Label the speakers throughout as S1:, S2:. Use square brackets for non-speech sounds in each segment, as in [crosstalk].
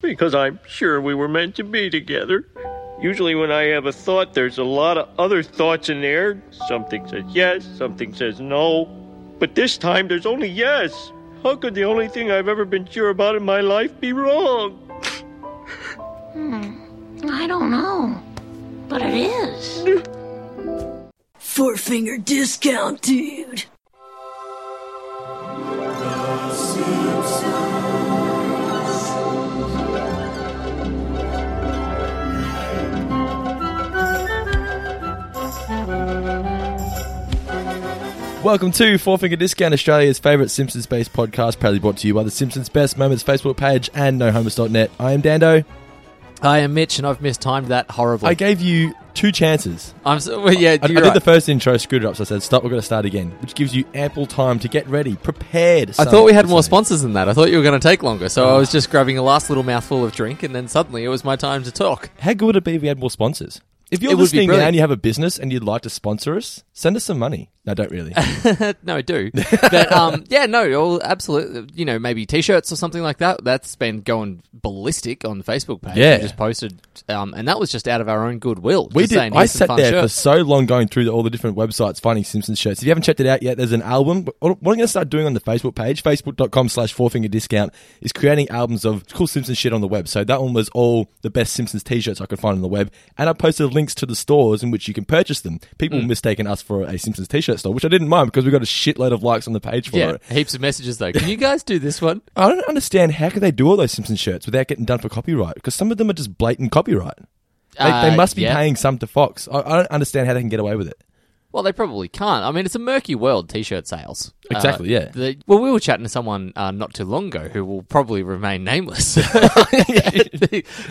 S1: because I'm sure we were meant to be together. Usually, when I have a thought, there's a lot of other thoughts in there. Something says yes, something says no. But this time, there's only yes. How could the only thing I've ever been sure about in my life be wrong?
S2: I don't know, but it is.
S3: Four finger discount, dude.
S4: Welcome to Four Finger Discount, Australia's favourite Simpsons based podcast, proudly brought to you by the Simpsons Best Moments Facebook page and nohomers.net. I am Dando.
S5: I am Mitch, and I've mistimed that horribly.
S4: I gave you two chances.
S5: I'm so, well, yeah,
S4: I, I
S5: you're
S4: did
S5: right.
S4: the first intro, screwed it up, so I said, stop, we're going to start again, which gives you ample time to get ready, prepared.
S5: I
S4: some
S5: thought we had
S4: would
S5: more
S4: say.
S5: sponsors than that. I thought you were going to take longer, so I was just grabbing a last little mouthful of drink, and then suddenly it was my time to talk.
S4: How good would it be if we had more sponsors? If you're
S5: It would be
S4: listening now
S5: brilliant.
S4: and you have a business and you'd like to sponsor us, send us some money. No, don't really.
S5: Uh, no, I [laughs] do. But um, yeah, no, all, absolutely. You know, maybe t-shirts or something like that. That's been going ballistic on the Facebook page.
S4: Yeah.
S5: we just posted, um, and that was just out of our own goodwill.
S4: We
S5: just
S4: did.
S5: saying,
S4: I
S5: "Here's some
S4: sat
S5: fun
S4: there for
S5: shirts."
S4: so long going through all the different websites finding Simpsons shirts. If you haven't checked it out yet, there's an album. But What I'm going to start doing on the Facebook page, facebook.com slash fourfinger discount, is creating albums of cool Simpsons shit on the web. So that one was all the best Simpsons t shirts I could find on the web. And I posted links to the stores in which you can purchase them. People
S5: Mm.
S4: mistaken us for a Simpsons t shirt store, which I didn't mind because we got a shitload of likes on the page for
S5: yeah,
S4: it.
S5: heaps of messages though. Can you guys do this one?
S4: I don't understand how could they do all those Simpsons shirts without getting done for copyright because some of them are just blatant copyright. They,
S5: Uh,
S4: they must be
S5: yeah.
S4: paying some to Fox. I, I don't understand how they can get away with it.
S5: Well, they probably can't. I mean, it's a murky world, t-shirt sales.
S4: Exactly,
S5: Uh,
S4: yeah.
S5: the- well, we were chatting to someone uh, not too long ago who will probably remain
S4: [laughs]
S5: nameless [laughs]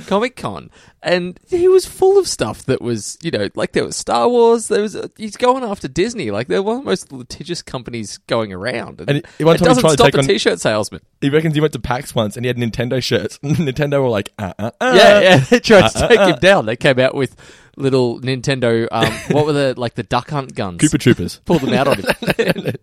S5: Comic Con, and he was full of stuff that was, you know, like there was Star Wars. There was uh, he's going after Disney. Like they're one of the most litigious companies going around, and,
S4: And he- one
S5: it
S4: time he
S5: doesn't
S4: tried to
S5: stop
S4: take
S5: a
S4: on-
S5: t-shirt salesman.
S4: He reckons he went to PAX once and he had Nintendo shirts. [laughs] Nintendo were like, uh, uh, uh.
S5: yeah, yeah. They tried to take him down. They came out with little Nintendo. Um, what were the like the Duck Hunt guns?
S4: Koopa
S5: [laughs]
S4: Troopers.
S5: Pull them out on
S4: [laughs]
S5: him.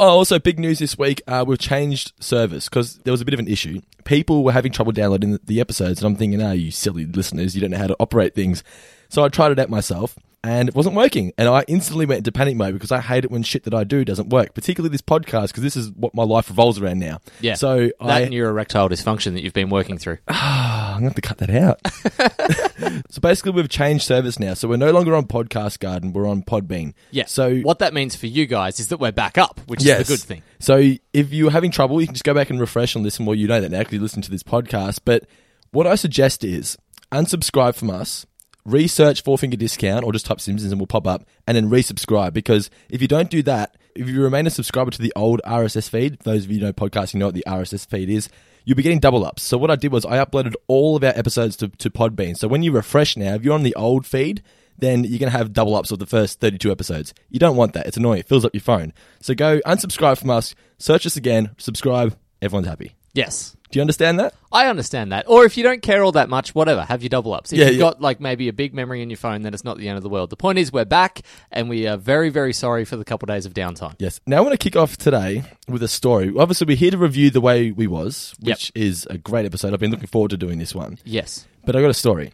S4: oh, also, big news this week. Uh, we've changed service because there was a bit of an issue. People were having trouble downloading the, the episodes, and I'm thinking, oh, you silly listeners, you don't know how to operate things. So I tried it out myself, and it wasn't working. And I instantly went into panic mode because I hate it when shit that I do doesn't work, particularly this podcast, because this is what my life revolves around now.
S5: Yeah.
S4: So
S5: that
S4: I, Uh,
S5: and your erectile dysfunction that you've been working through.
S4: I'm going to have to cut that out. [laughs] so basically, we've changed service now. So we're no longer on Podcast Garden. We're on Podbean.
S5: Yeah.
S4: So
S5: what that means for you guys is that we're back up, which
S4: Yes.
S5: is the good thing.
S4: So if you're having trouble, you can just go back and refresh and listen. Well, you know that now because you listen to this podcast. But what I suggest is unsubscribe from us, research Four Finger Discount, or just type Simpsons and we'll pop up, and then resubscribe. Because if you don't do that, if you remain a subscriber to the old RSS feed, for those of you who know podcasting know what the RSS feed is, you'll be getting double ups. So what I did was I uploaded all of our episodes to, to Podbean. So when you refresh now, if you're on the old feed, then you're going to have double ups of the first 32 episodes. You don't want that. It's annoying. It fills up your phone. So go unsubscribe from us, search us again, subscribe. Everyone's happy.
S5: Yes.
S4: Do you understand that?
S5: I understand that. Or if you don't care all that much, whatever, have your double ups. If
S4: Yeah,
S5: you've
S4: yeah.
S5: got like maybe a big memory in your phone, then it's not the end of the world. The point is we're back and we are very, very sorry for the couple days of downtime.
S4: Yes. Now I want to kick off today with a story. Obviously, we're here to review The Way We Was,
S5: Yep.
S4: which is a great episode. I've been looking forward to doing this one.
S5: Yes.
S4: But I got a story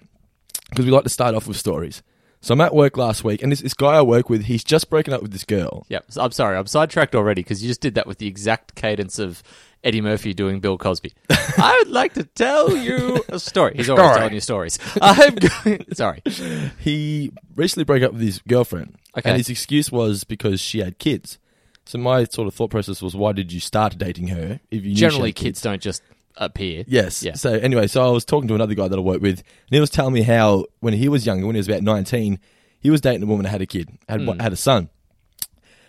S4: because we like to start off with stories. So I'm at work last week, and this, this guy I work with, he's just broken up with this girl.
S5: Yep. So I'm sorry, I'm sidetracked already because you just did that with the exact cadence of Eddie Murphy doing
S4: [laughs]
S5: Bill Cosby. I would like to tell you a story. He's always
S4: Story.
S5: telling you stories. I'm [laughs] going. Sorry.
S4: He recently broke up with his girlfriend.
S5: Okay.
S4: And his excuse was because she had kids. So my sort of thought process was, why did you start dating her if you knew she had
S5: Generally, kids don't just appear.
S4: Yes.
S5: Yeah.
S4: So anyway, so I was talking to another guy that I work with, and he was telling me how when he was younger, when he was about nineteen, he was dating a woman that had a kid, had
S5: Hmm.
S4: had a son,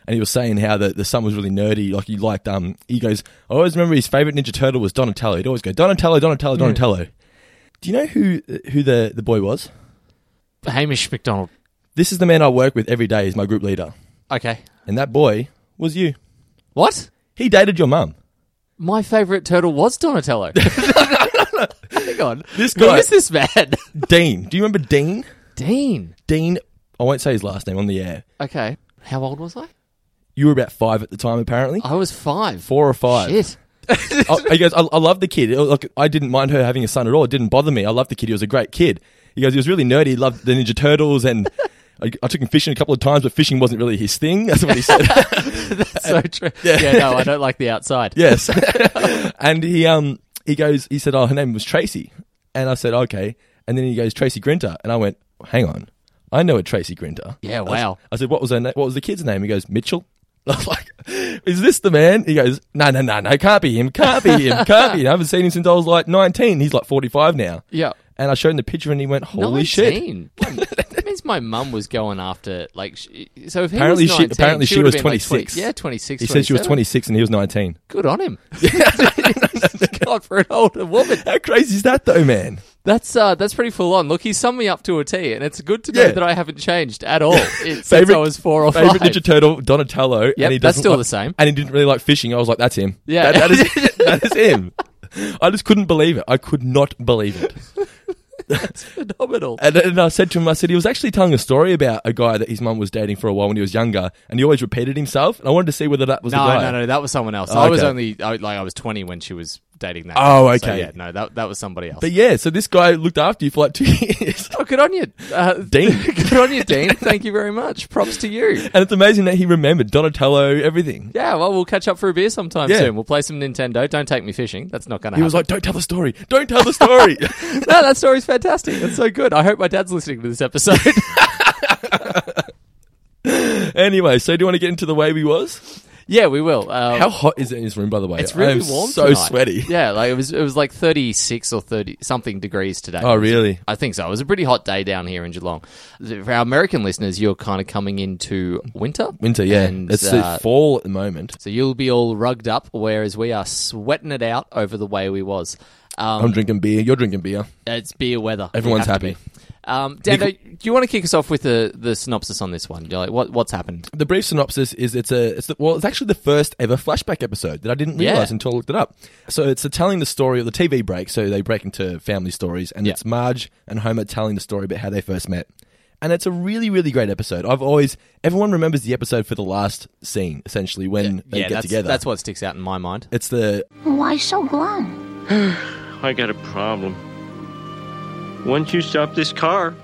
S4: and he was saying how the, the son was really nerdy, like he liked um. He goes, I always remember his favorite Ninja Turtle was Donatello. He'd always go Donatello, Donatello,
S5: Hmm.
S4: Donatello. Do you know who who the the boy was?
S5: Hamish McDonald.
S4: This is the man I work with every day. He's my group leader,
S5: Okay.
S4: and that boy was you.
S5: What?
S4: He dated your mum.
S5: My favorite turtle
S4: [laughs]
S5: was Donatello. Hang on.
S4: This
S5: Who
S4: guy-
S5: is this man?
S4: Dean. Do you remember Dean?
S5: [laughs] Dean.
S4: Dean. I won't say his last name on the air.
S5: Okay. How old was I?
S4: You were about five at the time, apparently.
S5: I was five.
S4: Four or five.
S5: Shit.
S4: I, he goes, I, I love the kid. Look, I didn't mind her having a son at all. It didn't bother me. I loved the kid. He was a great kid. He goes, he was really nerdy. He loved the Ninja Turtles and. I, I took him fishing a couple of times, but fishing wasn't really his thing. [laughs] That's what he said. [laughs]
S5: so true. Yeah. no, I don't like the outside.
S4: yes. [laughs] and he um he goes, he said, oh, her name was Tracy, and I said, okay. And then he goes, Tracy Grinter, and I went, hang on, I know a Tracy Grinter. I
S5: Yeah,
S4: s-
S5: wow.
S4: I said, what was her? Na- what was the kid's name? He goes, Mitchell. [laughs] I was like, is this the man? He goes, no, no, no, no, can't be him, can't be
S5: [laughs]
S4: him, can't be him. I haven't seen him since I was like 19. He's like 45 now.
S5: Yeah.
S4: And I showed him the picture and he went, holy shit.
S5: 19. that means my mum was going after like. sh so if he
S4: Apparently
S5: was
S4: she-
S5: 19,
S4: apparently she
S5: would
S4: was
S5: have been, like,
S4: 26.
S5: 20 yeah, twenty six.
S4: He said she was 26
S5: 27.
S4: and he was 19.
S5: Good on him.
S4: [laughs]
S5: [laughs] God for an older woman.
S4: How crazy is that though, man?
S5: That's uh, that's pretty full on. Look, he summed me up to a T, and it's good to know
S4: Yeah.
S5: that I haven't changed
S4: [laughs]
S5: at all it, since
S4: Favorite-
S5: I was four or
S4: Favorite
S5: five.
S4: Ninja [laughs] Turtle, Donatello.
S5: Yep,
S4: and he
S5: that's
S4: doesn't
S5: still
S4: like-
S5: the same.
S4: And he didn't really like fishing. I was like, that's him.
S5: Yeah.
S4: That- that,
S5: [laughs]
S4: is, that is him. I just couldn't believe it. I could not believe it.
S5: Phenomenal.
S4: And, and I said to him, I said, he was actually telling a story about a guy that his mum was dating for a while when he was younger, and he always repeated himself. And I wanted to see whether that was
S5: No,
S4: the guy. Oh,
S5: no, no, that was someone else. I was
S4: okay.
S5: only I, like I was twenty when she was dating that.
S4: Oh,
S5: guy. So,
S4: okay.
S5: yeah, no, that that was somebody else.
S4: But yeah, so this guy looked after you for like [laughs] two years.
S5: oh, good on you,
S4: [laughs]
S5: uh,
S4: Dean.
S5: [laughs] good on you, Dean. Thank you very much. Props to you.
S4: And it's amazing that he remembered Donatello, everything.
S5: Yeah, well, we'll catch up for a beer sometime
S4: Yeah.
S5: soon. We'll play some Nintendo. Don't take me fishing. That's not going to
S4: He
S5: happen.
S4: was like, don't tell the story. Don't tell the story. [laughs]
S5: [laughs] no, that story's fantastic. That's so good. I hope my dad's listening to
S4: [laughs]
S5: this episode. [laughs]
S4: anyway, so do you want to get into the way we was?
S5: yeah, we will. Um,
S4: How hot is it in his room, by the way?
S5: It's really
S4: I am
S5: warm.
S4: so
S5: tonight.
S4: sweaty.
S5: [laughs] Yeah, like it was. It was like thirty six or thirty something degrees today.
S4: Oh, really?
S5: I think so. It was a pretty hot day down here in Geelong. For our American listeners, you're kind of coming into winter.
S4: Winter, yeah.
S5: And,
S4: it's
S5: uh,
S4: the fall at the moment.
S5: so you'll be all rugged up, whereas we are sweating it out over the way we was.
S4: I'm
S5: Um,
S4: drinking beer. You're drinking beer.
S5: it's beer weather.
S4: Everyone's
S5: You have to
S4: happy.
S5: be. Um, Dando, do you want to kick us off with the, the synopsis on this one? You're like, what, what's happened?
S4: The brief synopsis is it's a it's the, well it's actually the first ever flashback episode that I didn't
S5: Yeah.
S4: realize until I looked it up. So it's a telling the story of the TV break. So they break into family stories, and
S5: Yeah.
S4: it's Marge and Homer telling the story about how they first met. And it's a really really great episode. I've always everyone remembers the episode for the last scene essentially when they
S5: yeah,
S4: get
S5: that's,
S4: together.
S5: that's what sticks out in my mind.
S4: it's the
S2: Why so glum?
S1: I got a problem. Once you stop this car,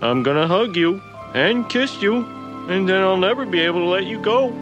S1: I'm gonna hug you and kiss you, and then I'll never be able to let you go.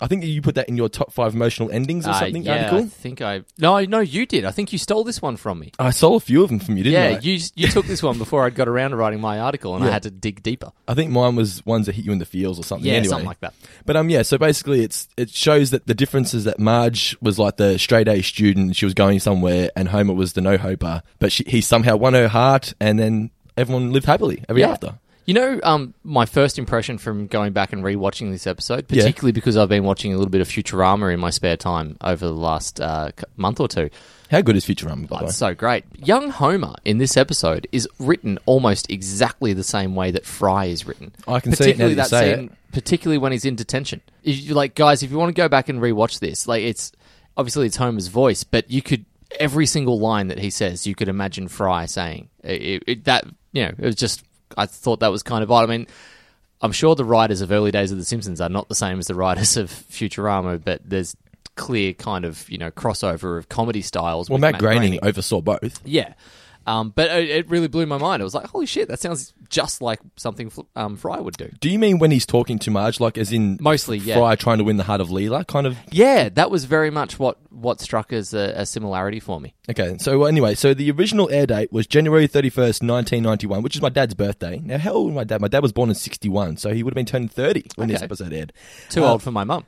S4: I think you put that in your top five emotional endings or
S5: Uh,
S4: something
S5: yeah, I
S4: article.
S5: think I. No, no, you did. I think you stole this one from me.
S4: I stole a few of them from you, didn't I?
S5: yeah, you you took this one before I'd got around to writing my article, and I had to dig deeper.
S4: I think mine was ones that hit you in the feels or something.
S5: Yeah,
S4: anyway.
S5: something like that.
S4: But um, yeah. So basically, it's it shows that the difference is that Marge was like the straight A student; she was going somewhere, and Homer was the no hoper. But she, he somehow won her heart, and then everyone lived happily ever after.
S5: You know, um, my first impression from going back and rewatching this episode, particularly because I've been watching a little bit of Futurama in my spare time over the last uh, c- month or two.
S4: How good is Futurama? By the way?
S5: It's so great. Young Homer in this episode is written almost exactly the same way that Fry is written.
S4: I can see it now that you say
S5: scene, particularly when he's in detention. If you- like, guys, if you want to go back and rewatch this, like, it's obviously it's Homer's voice, but you could every single line that he says, you could imagine Fry saying It- it, it, that. You know, it was just. I thought that was kind of odd. I mean. I'm sure the writers of early days of The Simpsons are not the same as the writers of Futurama, but there's clear kind of you know crossover of comedy styles.
S4: Well,
S5: with
S4: Matt, Groening, oversaw both.
S5: yeah. Um, but it, it really blew my mind. I was like, holy shit, that sounds just like something Fl- um, Fry would do.
S4: Do you mean when he's talking to Marge, like as in
S5: Mostly, yeah.
S4: Fry trying to win the heart of Leela, kind of?
S5: Yeah, that was very much what, what struck as a, a similarity for me.
S4: Okay, so anyway, so the original air date was January 31st, 1991, which is my dad's birthday. Now, how old was my dad? My dad was born in 61, so he would have been turning 30 when this
S5: Okay.
S4: episode aired. [laughs]
S5: Too
S4: Uh,
S5: old for my mum.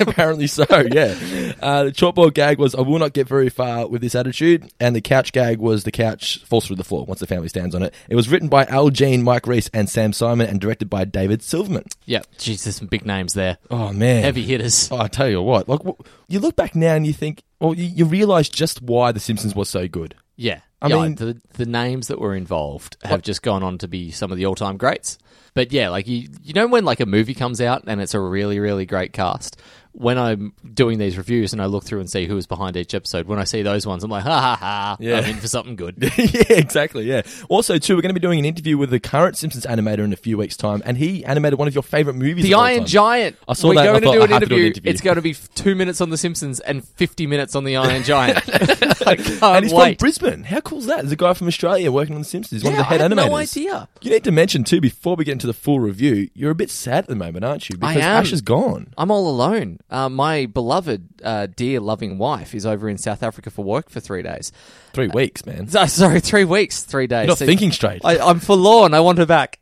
S4: Apparently so, yeah. Uh, the chalkboard gag was, I will not get very far with this attitude. And the couch gag was, the couch falls through the floor once the family stands on it. It was written by Al Jean, Mike Reese, and Sam Simon, and directed by David Silverman.
S5: Yeah, jeez, there's some big names there.
S4: Oh, man.
S5: Heavy hitters.
S4: Oh, I tell you what, like wh- you look back now and you think, well, you, you realize just why The Simpsons was so good.
S5: Yeah.
S4: I
S5: yeah,
S4: mean- Oh.
S5: the, the names that were involved have just gone on to be some of the all time greats. But yeah, like you, you know, when like a movie comes out and it's a really, really great cast, when I'm doing these reviews and I look through and see who is behind each episode, when I see those ones, I'm like, ha ha ha,
S4: Yeah.
S5: I'm in for
S4: [laughs]
S5: something good.
S4: yeah, exactly. Yeah. Also, too, we're going to be doing an interview with the current Simpsons animator in a few weeks' time, and he animated one of your favorite movies.
S5: The
S4: of all
S5: Iron
S4: time.
S5: Giant.
S4: I saw
S5: We're
S4: that and I
S5: going to
S4: thought,
S5: do
S4: I
S5: an
S4: have to do
S5: interview.
S4: an interview.
S5: It's going to be two minutes on The Simpsons and 50 minutes on The
S4: [laughs]
S5: Iron Giant. I [laughs] can't
S4: And he's
S5: wait.
S4: from Brisbane. How cool is that? There's a guy from Australia working on The Simpsons. He's one of
S5: Yeah,
S4: the head
S5: I had
S4: animators.
S5: no idea.
S4: You need to mention too before we get into the full review. You're a bit sad at the moment, aren't you? Because
S5: I am.
S4: Ash is gone.
S5: I'm all alone. Uh, my beloved, uh, dear, loving wife is over in South Africa for work for three days.
S4: Three weeks, man.
S5: So- Sorry, three weeks, three days.
S4: You're not thinking straight.
S5: I, I'm forlorn. I want her back.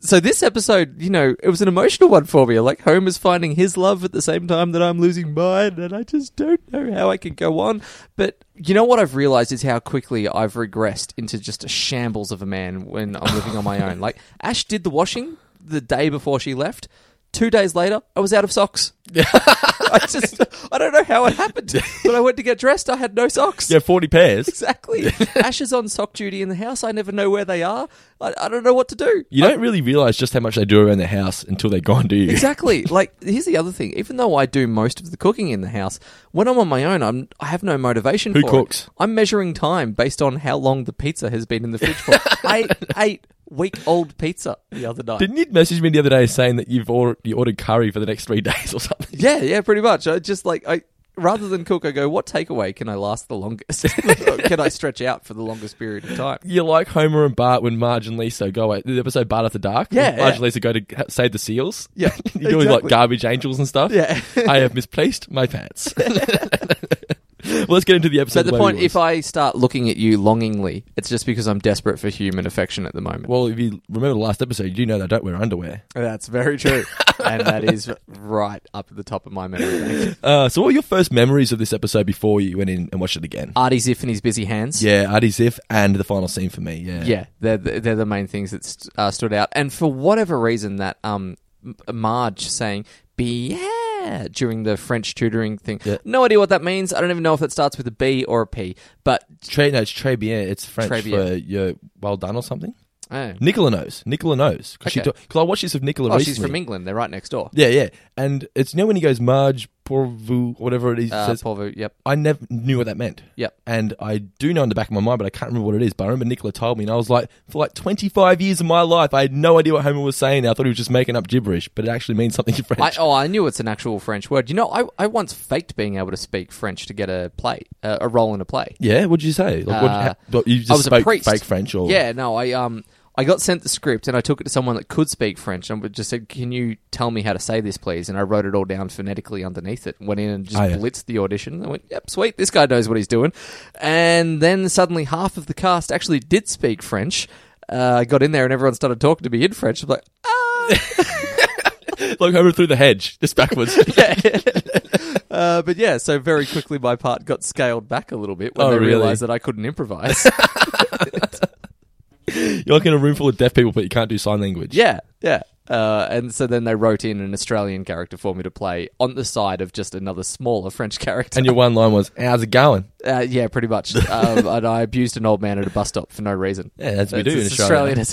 S5: So this episode, you know, it was an emotional one for me. Like Homer's finding his love at the same time that I'm losing mine, and I just don't know how I can go on. But you know what I've realized is how quickly I've regressed into just a shambles of a man when I'm living on my own. Like Ash did the washing the day before she left. Two days later, I was out of socks. I just, I don't know how it happened. When I went to get dressed, I had no socks.
S4: yeah, forty pairs. [laughs]
S5: Exactly. Ash is on sock duty in the house. I never know where they are. I, I don't know what to do.
S4: You don't really realize just how much they do around the house until they're gone, do you? [laughs]
S5: Exactly. Like here's the other thing. Even though I do most of the cooking in the house, when I'm on my own, I'm I have no motivation.
S4: Who
S5: for it.
S4: cooks?
S5: I'm measuring time based on how long the pizza has been in the fridge
S4: [laughs]
S5: for. I ate week old pizza the other night.
S4: Didn't you message me the other day saying that you've ordered, you ordered curry for the next three [laughs] days or something?
S5: yeah, yeah, pretty much. I just like I. Rather than cook, I go, what takeaway can I last the longest? [laughs] can I stretch out for the longest period of time?
S4: You like Homer and Bart when Marge and Lisa go away. The episode Bart After Dark. when
S5: Yeah,
S4: Marge
S5: yeah.
S4: and Lisa go to ha- save the seals.
S5: Yeah,
S4: [laughs] You're doing like
S5: exactly.
S4: garbage angels and stuff.
S5: Yeah.
S4: [laughs] I have misplaced my
S5: [laughs]
S4: pants. [laughs] well, let's get into the episode.
S5: But the
S4: way
S5: point,
S4: we
S5: if
S4: was.
S5: I start looking at you longingly, it's just because I'm desperate for human affection at the moment.
S4: well, if you remember the last episode, you do know they don't wear underwear.
S5: that's very true, [laughs] and that is right up at the top of my memory. bank.
S4: Uh, so, what were your first memories of this episode before you went in and watched it again?
S5: Artie Ziff and his busy hands.
S4: yeah, Artie Ziff and the final scene for me. Yeah,
S5: yeah, they're the, they're the main things that st- uh, stood out. And for whatever reason, that um, M- Marge saying "be yeah" during the French tutoring thing.
S4: Yeah.
S5: No idea what that means. I don't even know if that starts with a B or a P. But
S4: Tre, no, it's très bien. It's French
S5: Très bien.
S4: for your well done or something.
S5: oh,
S4: Nicola knows. Nicola knows because
S5: Okay.
S4: I watched this with Nicola.
S5: Oh,
S4: recently.
S5: she's from England. They're right next door.
S4: Yeah, yeah. And it's you know when he goes Marge pour vous whatever it is. he
S5: Uh,
S4: says,
S5: Paul Vu- yep.
S4: I never knew what that meant.
S5: Yep.
S4: And I do know in the back of my mind, but I can't remember what it is. But I remember Nicola told me, and I was like, for like 25 years of my life, I had no idea what Homer was saying. I thought he was just making up gibberish, but it actually means something in
S5: I,
S4: French.
S5: oh, I knew it's an actual French word. You know, I, I once faked being able to speak French to get a play, uh, a role in a play.
S4: yeah, what'd you say? Like, what,
S5: Uh,
S4: ha- what- you just
S5: I was
S4: spoke
S5: a priest.
S4: fake French, or
S5: yeah? No, I um I got sent the script and I took it to someone that could speak French and just said, "Can you tell me how to say this, please?" And I wrote it all down phonetically underneath it. Went in and just
S4: Oh, yeah.
S5: blitzed the audition. I went, "Yep, sweet, this guy knows what he's doing." And then suddenly half of the cast actually did speak French. Uh, I got in there and everyone started talking to me in French. I'm like, ah.
S4: [laughs] like Homer through the hedge, just
S5: [laughs]
S4: backwards.
S5: Uh, but yeah, so very quickly my part got scaled back a little bit when
S4: Oh,
S5: they
S4: really?
S5: realised that I couldn't improvise. [laughs]
S4: You're like in a room full of deaf people, but you can't do sign language.
S5: yeah, yeah. Uh, and so then they wrote in an Australian character for me to play on the side of just another smaller French character.
S4: And your one line was, "How's it going?"
S5: uh, yeah, pretty much.
S4: [laughs]
S5: um, and I abused an old man at a bus stop for no reason.
S4: Yeah, that's what we do
S5: as
S4: in Australia.
S5: Australian as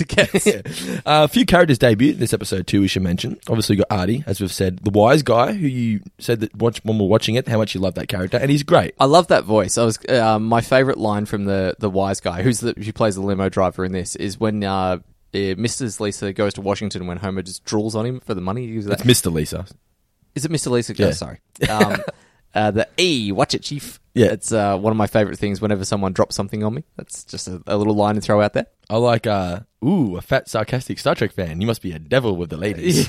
S4: [laughs]
S5: it gets.
S4: Uh, a few characters debuted in this episode too. We should mention. Obviously, you got Artie, as we've said, the wise guy who you said that watch, when we're watching it, how much you love that character, and he's great.
S5: I love that voice. I was uh, my favorite line from the the wise guy, who's the who plays the limo driver in this, is when uh, uh, Mrs. Lisa goes to Washington when Homer just drools on him for the money. He was like,
S4: Mr. Lisa.
S5: Is it Mr. Lisa?
S4: Yeah.
S5: Oh, sorry.
S4: [laughs]
S5: Um, uh, the E, watch it, Chief.
S4: Yeah.
S5: It's uh, one of my favorite things whenever someone drops something on me. That's just a, a little line to throw out there.
S4: I like, uh, ooh, a fat, sarcastic Star Trek fan. You must be a devil with the ladies.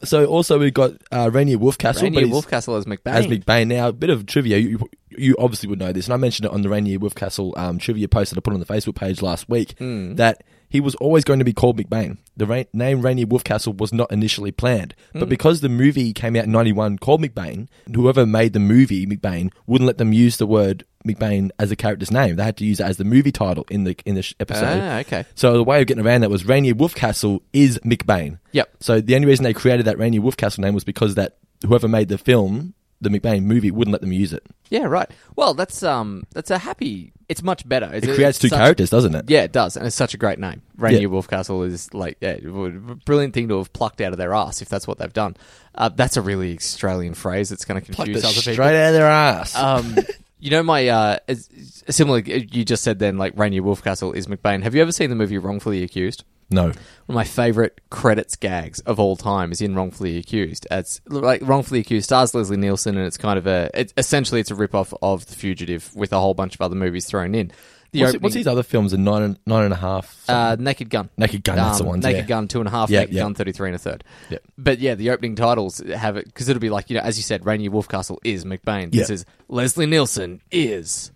S4: [laughs] so also we've got uh, Rainier Wolfcastle. but
S5: Rainier
S4: he's-
S5: Wolfcastle as McBain.
S4: As McBain. Now, a bit of trivia. You, you- you obviously would know this, and I mentioned it on the Rainier Wolfcastle um, trivia post that I put on the Facebook page last week
S5: Hmm.
S4: that he was always going to be called McBain. The ra- name Rainier Wolfcastle was not initially planned,
S5: Hmm.
S4: but because the movie came out in 91 called McBain, whoever made the movie McBain wouldn't let them use the word McBain as a character's name. They had to use it as the movie title in the in the sh- episode.
S5: Ah, okay.
S4: So the way of getting around that was Rainier Wolfcastle is McBain.
S5: Yep.
S4: So the only reason they created that Rainier Wolfcastle name was because that whoever made the film, the McBain movie, wouldn't let them use it.
S5: Yeah, right. Well, that's um, that's a happy it's much better. It's,
S4: It creates
S5: it's
S4: two
S5: such-
S4: characters, doesn't it?
S5: Yeah, it does, and it's such a great name. Rainier
S4: Yeah.
S5: Wolfcastle is like yeah, it would- a brilliant thing to have plucked out of their ass if that's what they've done. Uh, that's a really Australian phrase that's going to
S4: Plucked
S5: confuse
S4: it
S5: other
S4: straight
S5: people.
S4: out of their ass.
S5: Um, [laughs] you know my uh, it's- it's similar. You just said then like Rainier Wolfcastle is McBain. Have you ever seen the movie Wrongfully Accused?
S4: no.
S5: One of my favorite credits gags of all time is in Wrongfully Accused. It's like Wrongfully Accused stars Leslie Nielsen, and it's kind of a it's, essentially it's a rip off of The Fugitive with a whole bunch of other movies thrown in. The
S4: What's,
S5: opening-
S4: what's his other films? A nine and, nine and a half.
S5: uh, Naked Gun.
S4: Naked Gun, that's the
S5: Um,
S4: one.
S5: Naked
S4: yeah.
S5: Gun, two and a half.
S4: Yeah,
S5: Naked
S4: yeah.
S5: Gun, 33 and a third.
S4: Yeah.
S5: But yeah, the opening titles have it, because it'll be like, you know, as you said, Rainier Wolfcastle is McBain. This
S4: Yeah.
S5: is Leslie Nielsen is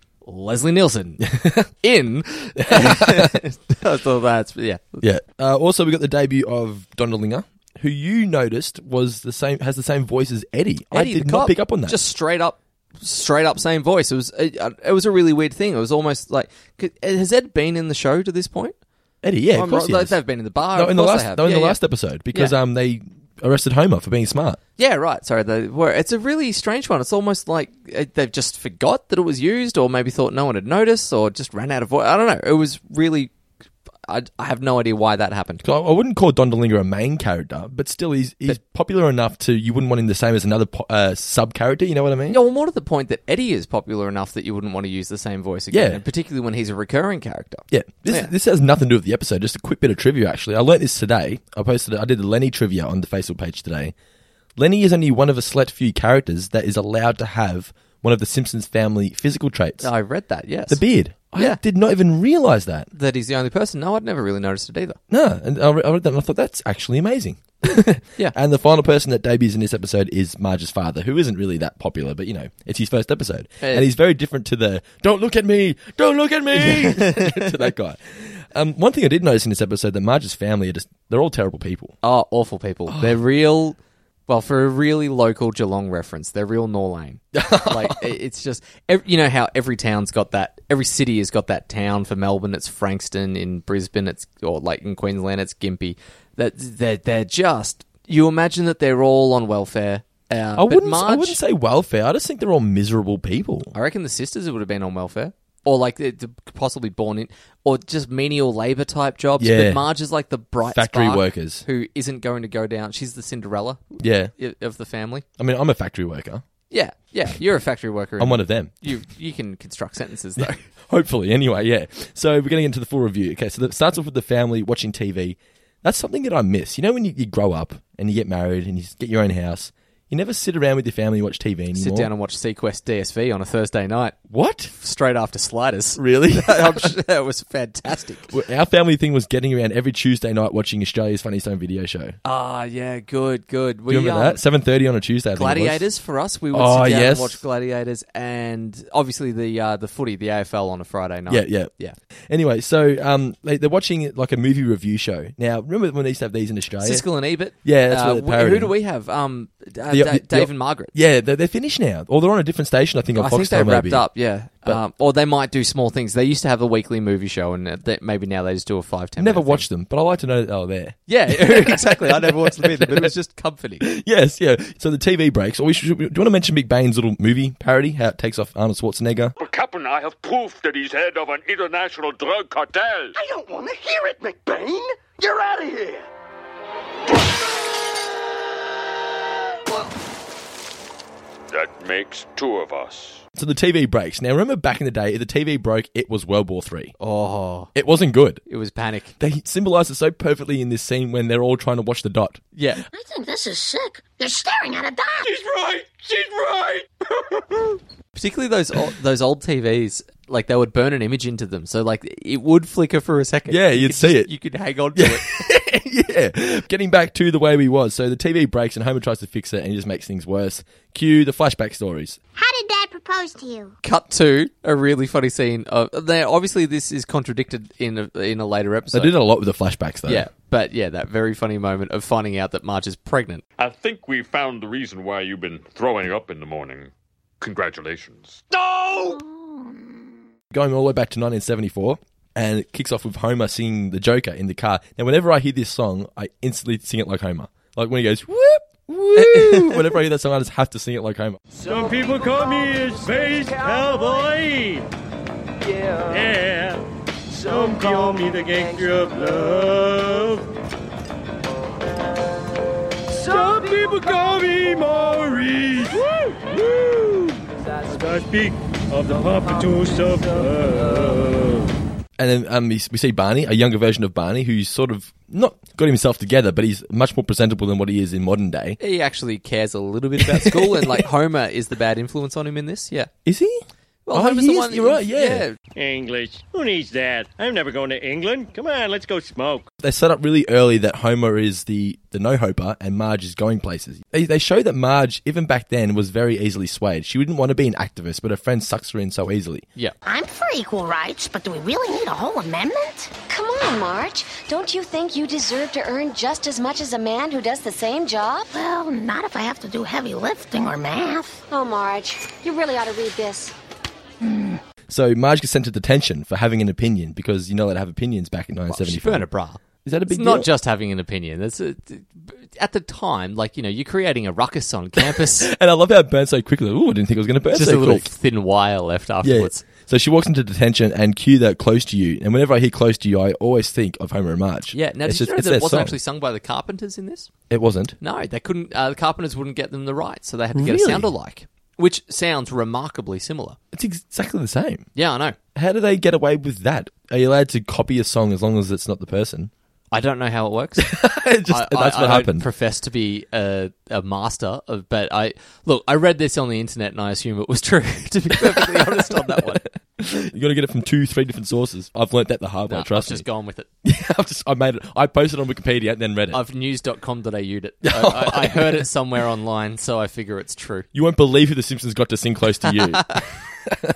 S4: [laughs]
S5: Leslie Nielsen in. so that's, yeah.
S4: Yeah. Uh, also, we got the debut of Dondolinger, who you noticed was the same has the same voice as Eddie.
S5: Eddie
S4: I did
S5: the
S4: not
S5: cop,
S4: pick up on that.
S5: Just straight up, straight up, same voice. It was it, it was a really weird thing. It was almost like c- has Ed been in the show to this point?
S4: Eddie, yeah, of
S5: I'm
S4: course
S5: wrong-
S4: he
S5: like,
S4: is.
S5: They've been in the bar.
S4: No,
S5: of
S4: in the
S5: course
S4: last,
S5: they have.
S4: no, in
S5: Yeah,
S4: the
S5: yeah.
S4: last episode because
S5: Yeah.
S4: um they arrested Homer for being smart.
S5: Yeah, right. Sorry, they were. It's a really strange one. It's almost like uh, they've just forgot that it was used, or maybe thought no one had noticed, or just ran out of voice. I don't know. It was really. I, I have no idea why that happened.
S4: So I I wouldn't call Dondolinger a main character, but still, he's he's popular enough to you wouldn't want him the same as another po- uh, sub character. You know what I mean?
S5: No, well, more to the point that Eddie is popular enough that you wouldn't want to use the same voice again,
S4: Yeah.
S5: and particularly when he's a recurring character.
S4: Yeah, this
S5: Yeah.
S4: this has nothing to do with the episode. Just a quick bit of trivia, actually. I learnt this today. I posted. I did the Lenny trivia on the Facebook page today. Lenny is only one of a select few characters that is allowed to have one of the Simpsons family physical traits:
S5: I read that. Oh, Yes,
S4: the beard. I
S5: Yeah.
S4: did not even realize that.
S5: that he's the only person. No, I'd never really noticed it either.
S4: No, and I re- I read that and I thought that's actually amazing.
S5: Yeah.
S4: [laughs] And the final person that debuts in this episode is Marge's father, who isn't really that popular, but you know, it's his first episode.
S5: Hey.
S4: And he's very different to the don't look at me, don't look at me [laughs] to that guy. Um, one thing I did notice in this episode that Marge's family are just, they're all terrible people.
S5: Oh, awful
S4: [gasps]
S5: people. They're real. Well, for a really local Geelong reference, they're
S4: [laughs]
S5: real Norlane. like i- it's just ev you know how every town's got that. Every city has got that town. For Melbourne, it's Frankston. In Brisbane, it's or like in Queensland, it's Gympie. That they're they're just. You imagine that they're all on welfare. Uh,
S4: I wouldn't,
S5: Marge, Uh,
S4: I wouldn't say welfare. I just think they're all miserable people.
S5: I reckon the sisters would have been on welfare. Or like they possibly born in, or just menial labor type jobs.
S4: Yeah.
S5: But Marge is like the bright
S4: Factory
S5: spark
S4: workers.
S5: who isn't going to go down. She's the Cinderella
S4: Yeah.
S5: i- of the family.
S4: I mean, I'm a factory worker.
S5: Yeah, yeah. You're a factory worker.
S4: I'm one of them.
S5: you. You can construct sentences though.
S4: [laughs] Hopefully, anyway, yeah. So we're getting into the full review. Okay, so it starts off with the family watching TV. That's something that I miss. You know, when you, you grow up and you get married and you get your own house, you never sit around with your family and watch TV anymore.
S5: Sit down and watch Sequest DSV on a Thursday night,
S4: what?
S5: straight after Sliders.
S4: Really?
S5: [laughs] I'm sure that was
S4: [laughs]
S5: fantastic.
S4: Well, Our family thing was getting around every Tuesday night watching Australia's Funniest Home Video Show. Do
S5: Ah, yeah, good, good. We
S4: you remember
S5: um,
S4: that? Seven thirty on a Tuesday. I think it was.
S5: Gladiators for us. We would
S4: Oh,
S5: sit down
S4: yes.
S5: and watch Gladiators, and obviously the uh, the footy, the AFL on a Friday night.
S4: Yeah, yeah.
S5: yeah.
S4: Anyway, so um, they, they're watching like a movie review show. Now, remember when they used to have these in Australia?
S5: Siskel and Ebert.
S4: Oh, Yeah, that's
S5: uh,
S4: what they're
S5: wh- Who
S4: parodying.
S5: do we have? Um, uh,
S4: The-
S5: Da-
S4: the-
S5: Dave and Margaret.
S4: Yeah, they're, they're finished now, or they're on a different station. I think on
S5: I
S4: Foxtel.
S5: think they wrapped
S4: maybe.
S5: up, yeah. Um, or they might do small things. They used to have a weekly movie show, and uh, they, maybe now they just do a five ten.
S4: Never
S5: minute thing.
S4: watched them, but I like to know that they were there.
S5: Yeah, [laughs] exactly. I never watched them either, but it was just comforting.
S4: Yes, yeah. So the TV breaks. Or we should, do you want to mention Big Bane's little movie parody? How it takes off Arnold Schwarzenegger.
S6: But Captain, I have proof that he's head of an international drug cartel.
S7: I don't want to hear it, McBain. You're out of here.
S6: That makes two of us.
S4: So the TV breaks. Now remember back in the day, if the TV broke, it was World War Three.
S5: Oh,
S4: It wasn't good.
S5: it was panic.
S4: They symbolise it so perfectly in this scene when they're all trying to watch the dot.
S5: Yeah,
S2: I think this is sick. You're staring at a dot.
S5: particularly those old, those old TVs. Like they would burn an image into them, so like it would flicker for a second.
S4: Yeah,
S5: You
S4: you'd
S5: could
S4: see
S5: just-
S4: it.
S5: You could hang on to it.
S4: [laughs] yeah. Getting back to the way we was. So the TV breaks and Homer tries to fix it and he just makes things worse. Cue the flashback stories.
S8: How did Dad propose to you?
S5: [laughs] Cut to a really funny scene. Of, they obviously this is contradicted in a, in a later
S4: They
S5: episode.
S4: did a lot with the flashbacks though.
S5: yeah, but yeah, that very funny moment of finding out that Marge is pregnant.
S6: I think we found the reason why you've been throwing up in the morning. Congratulations.
S4: going all the way back to 1974 and it kicks off with Homer singing the Joker in the car. Now, whenever I hear this song, I instantly sing it like Homer. Like when he goes, whoop, woo. [laughs] whenever I hear that song, I just have to sing it like Homer.
S1: Some people call me a space cowboy.
S9: yeah.
S1: Yeah, some call me the gangster of love. Some people call me Maurice. Woo! Woo! I speak of the papatus of love.
S4: And then um, we, we see Barney, a younger version of Barney, who's sort of not got himself together, but he's much more presentable than what he is in modern day.
S5: He actually cares a little bit about school,
S4: [laughs]
S5: and like Homer is the bad influence on him in this. Yeah.
S4: Is he?
S5: Well,
S4: Oh,
S5: Homer's
S4: he
S5: the
S4: is-
S5: one.
S4: you're right, yeah.
S1: English. Who needs that? I'm never going to England. Come on, let's go smoke.
S4: They set up really early that Homer is the, the no hoper and Marge is going places. They, they show that Marge, even back then, was very easily swayed. She wouldn't want to be an activist, but her friend sucks her in so easily.
S5: yeah.
S2: I'm for equal rights, but do we really need a whole amendment?
S10: Come on, Marge. Don't you think you deserve to earn just as much as a man who does the same job?
S2: Well, not if I have to do heavy lifting or math.
S10: Oh, Marge, you really ought to read this.
S4: So Marge gets sent to detention for having an opinion because you know that I have opinions back in
S5: She
S4: 1975.
S5: burned a bra.
S4: Is that a big
S5: It's not
S4: deal?
S5: just having an opinion. That's a, at the time, like you know, you're creating a ruckus
S4: [laughs]
S5: on campus.
S4: and I love how it burned so quickly. Ooh, I didn't think it was going to burn
S5: Just
S4: so
S5: a little
S4: quick.
S5: thin wire left
S4: Yeah.
S5: afterwards.
S4: So she walks into detention and cue that close to you. And whenever I hear close to you, I always think of Homer and Marge.
S5: Yeah. Now, did
S4: It's
S5: you
S4: just-
S5: know
S4: it's
S5: that
S4: their
S5: it wasn't
S4: song.
S5: actually sung by the Carpenters in this?
S4: It wasn't.
S5: No, they couldn't. Uh, the Carpenters wouldn't get them the rights, so they had to get a
S4: Really?
S5: sound alike, which sounds remarkably similar.
S4: It's exactly the same.
S5: Yeah, I know.
S4: How do they get away with that? Are you allowed to copy a song as long as it's not the person? [laughs]
S5: I don't know how it works.
S4: It just,
S5: I-
S4: that's
S5: I-
S4: what
S5: I don't
S4: happened.
S5: profess to be a, a master, of, but I look. I read this on the internet, and I assume it was [laughs] true. to be perfectly honest on that one,
S4: you got to get it from two, three different sources. I've learnt that the hard way. [laughs]
S5: Nah,
S4: trust
S5: I've just
S4: me.
S5: gone with it.
S4: [laughs] I've just, I made it. I posted on Wikipedia and then read it.
S5: I've news.com.au'd
S4: [laughs]
S5: it. I, I, I heard it somewhere online, so I figure it's true.
S4: You won't believe who the Simpsons got to sing close to you.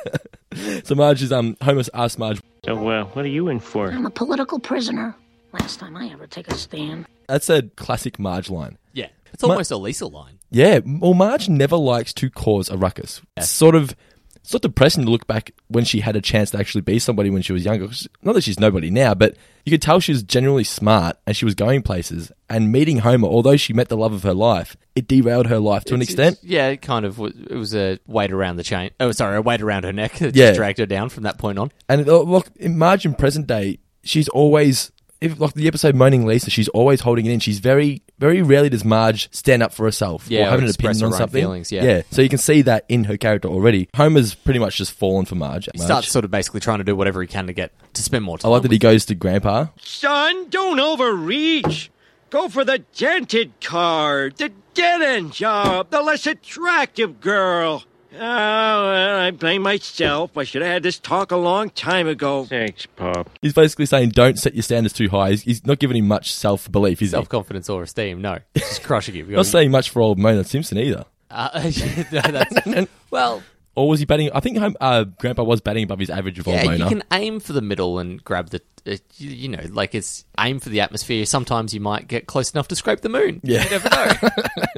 S4: so Marge is um Homer asks Marge.
S1: So, uh, what are you in for?
S2: I'm a political prisoner. Last time I ever take a stand.
S4: That's a classic Marge line.
S5: Yeah, it's almost a Lisa line.
S4: Yeah, well, Marge never likes to cause a ruckus. It's sort of, it's not depressing to look back when she had a chance to actually be somebody when she was younger. 'Cause Not that she's nobody now, but you could tell she was generally smart and she was going places. And meeting Homer, although she met the love of her life, it derailed her life to an extent.
S5: Yeah, it kind of. Was, it was a weight around the chain. Oh, sorry, a weight around her neck [laughs] that
S4: Yeah.
S5: just dragged her down from that point on.
S4: And uh, look, in Marge in present day, she's always, if, like the episode Moaning Lisa, she's always holding it in. She's very, very rarely does Marge stand up for herself or
S5: Yeah, or
S4: have an
S5: express
S4: opinion on
S5: her own
S4: something.
S5: feelings, yeah.
S4: so you can see that in her character already. Homer's pretty much just fallen for Marge. at
S5: He
S4: Marge.
S5: starts sort of basically trying to do whatever he can to get to spend more
S4: I
S5: time.
S4: like that he goes to Grandpa.
S1: Son, don't overreach. Go for the dented card, the dead end job, the less attractive girl. Oh, well, I blame myself. I should have had this talk a long time ago. Thanks, Pop.
S4: He's basically saying, "Don't set your standards too high." He's, he's not giving him much self belief. He's
S5: Self
S4: not
S5: confidence or esteem? No, it's just crushing
S4: [laughs]
S5: you.
S4: saying much for old Mona Simpson either.
S5: Uh, [laughs] yeah,
S4: [laughs]
S5: no, that's, well,
S4: Or was he batting? I think um, uh, Grandpa was batting above his average of
S5: yeah,
S4: old
S5: you
S4: Mona.
S5: can aim for the middle and grab the, uh, you, you know, like it's aim for the atmosphere. Sometimes you might get close enough to scrape the moon.
S4: Yeah.
S5: You never know.
S4: [laughs]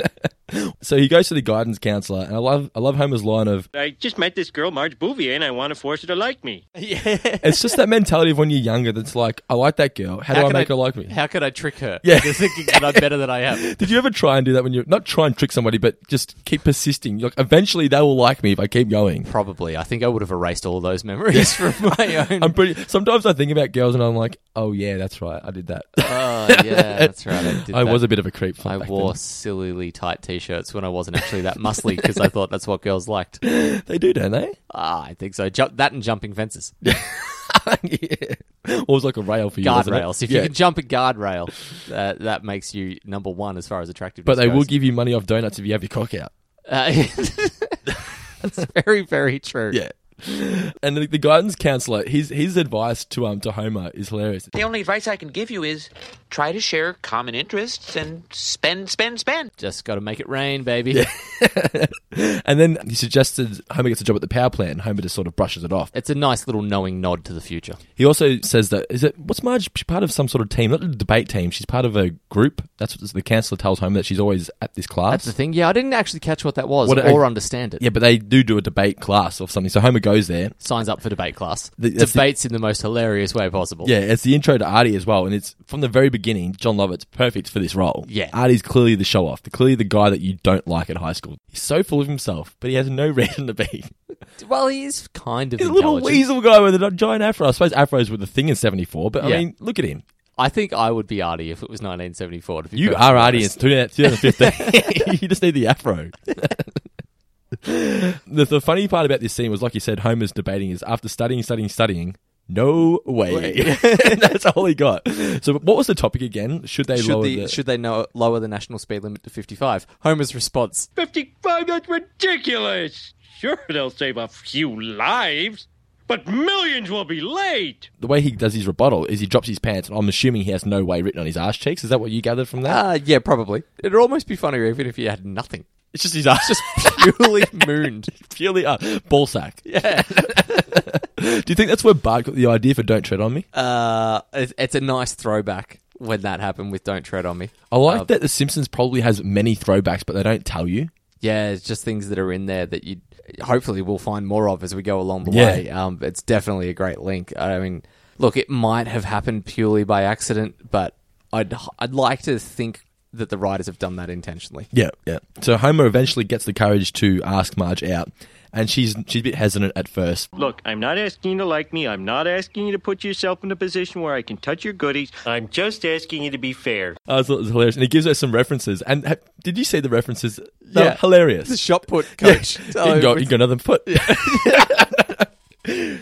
S4: So he goes to the guidance counselor, and I love I love Homer's line of,
S1: I just met this girl, Marge Bouvier, and I want to force her to like me.
S4: "It's just that mentality of when you're younger that's like, I like that girl. How, do I
S5: can
S4: make her like me?"
S5: How could I trick her?
S4: Yeah.
S5: Into thinking that I'm better than I am. [laughs]
S4: Did you ever try and do that when you're not try and trick somebody, but just keep persisting? You're Like eventually they will like me if I keep going.
S5: Probably. I think I would have erased all those memories [laughs] from my
S4: [laughs]
S5: own.
S4: I'm pretty. Sometimes I think about girls and I'm like, "Oh yeah, that's right, I did that."
S5: Oh, yeah, that's right. I, did
S4: [laughs] I
S5: that.
S4: was a bit of a creep.
S5: I
S4: back then.
S5: wore sillily tight t-shirts when I wasn't actually that muscly because I thought that's what
S4: [laughs]
S5: girls liked.
S4: [laughs] They do, don't
S5: [laughs]
S4: they?
S5: Ah, I think so. Jump that and jumping fences,
S4: yeah. Or was like a rail for you. wasn't it?
S5: guardrails. If
S4: Yeah.
S5: you can jump a guardrail, uh, that makes you number one as far as attractiveness.
S4: But they will
S5: goes.
S4: give you money off donuts if you have your cock out.
S5: Uh, [laughs] that's very, very true.
S4: Yeah. And the, the guidance counselor, his his advice to um to Homer is hilarious.
S11: The only advice I can give you is try to share common interests and spend, spend, spend.
S5: Just got to make it rain, baby.
S4: And then he suggested Homer gets a job at the power plant, and Homer just sort of brushes it off.
S5: It's a nice little knowing nod to the future.
S4: He also says that is it what's Marge? She's part of some sort of team, not a debate team. She's part of a group. That's what the counselor tells Homer that she's always at this class.
S5: That's the thing. Yeah, I didn't actually catch what that was
S4: What I-
S5: or understand it.
S4: Yeah, but they do do a debate class or something. So Homer goes there,
S5: Signs up for debate class.
S4: The- that's the-
S5: Debates in the most hilarious way possible.
S4: Yeah, it's the intro to Artie as well, and it's from the very beginning, John Lovett's perfect for this role.
S5: Yeah.
S4: Artie's clearly the show off, clearly the guy that you don't like at high school. He's so full of himself, but he has no [laughs] reason to be.
S5: Well, he is kind of
S4: He's a little
S5: intelligent.
S4: weasel guy with a giant afro. I suppose afros were the thing in 74, but
S5: Yeah.
S4: I mean, look at him.
S5: I think I would be Artie if it was 1974. To be
S4: You
S5: perfectly
S4: are
S5: honest.
S4: audience 2015. [laughs] you just need the afro. the, the funny part about this scene was, like you said, Homer's debating is after studying, studying, studying. No way. [laughs] That's all he got. So, what was the topic again? Should they
S5: Should,
S4: lower
S5: the,
S4: the?
S5: should they know, lower the national speed limit to 55? Homer's response
S1: 55, that's ridiculous. Sure, they'll save a few lives, but millions will be late.
S4: the way he does his rebuttal is he drops his pants, and I'm assuming he has no way written on his ass cheeks. Is that what you gathered from that?
S5: Uh, yeah, probably. It'd almost be funnier even if you
S4: [laughs]
S5: had nothing.
S4: it's just his ass,
S5: Just purely [laughs] mooned.
S4: purely uh, ball sack. [laughs] Yeah. Do you think that's where Bart got the idea for "Don't Tread on Me"?
S5: Uh, it's, it's a nice throwback when that happened with Don't Tread on Me.
S4: I like that The Simpsons probably has many throwbacks, but they don't tell you.
S5: Yeah, it's just things that are in there that you hopefully we'll find more of as we go along the
S4: Yeah.
S5: way. Um, it's definitely a great link. I mean, look, it might have happened purely by accident, but I'd I'd like to think that the writers have done that intentionally.
S4: Yeah, yeah. So Homer eventually gets the courage to ask Marge out, and she's she's a bit hesitant at first.
S1: Look, I'm not asking you to like me. I'm not asking you to put yourself in a position where I can touch your goodies. I'm just asking you to be fair.
S4: I thought it was hilarious, and he gives her some references. And ha- did you see the references? They were
S5: Yeah. The
S4: hilarious.
S5: [laughs] shot put
S4: [laughs]
S5: coach.
S4: you can go, you can go another foot. [laughs]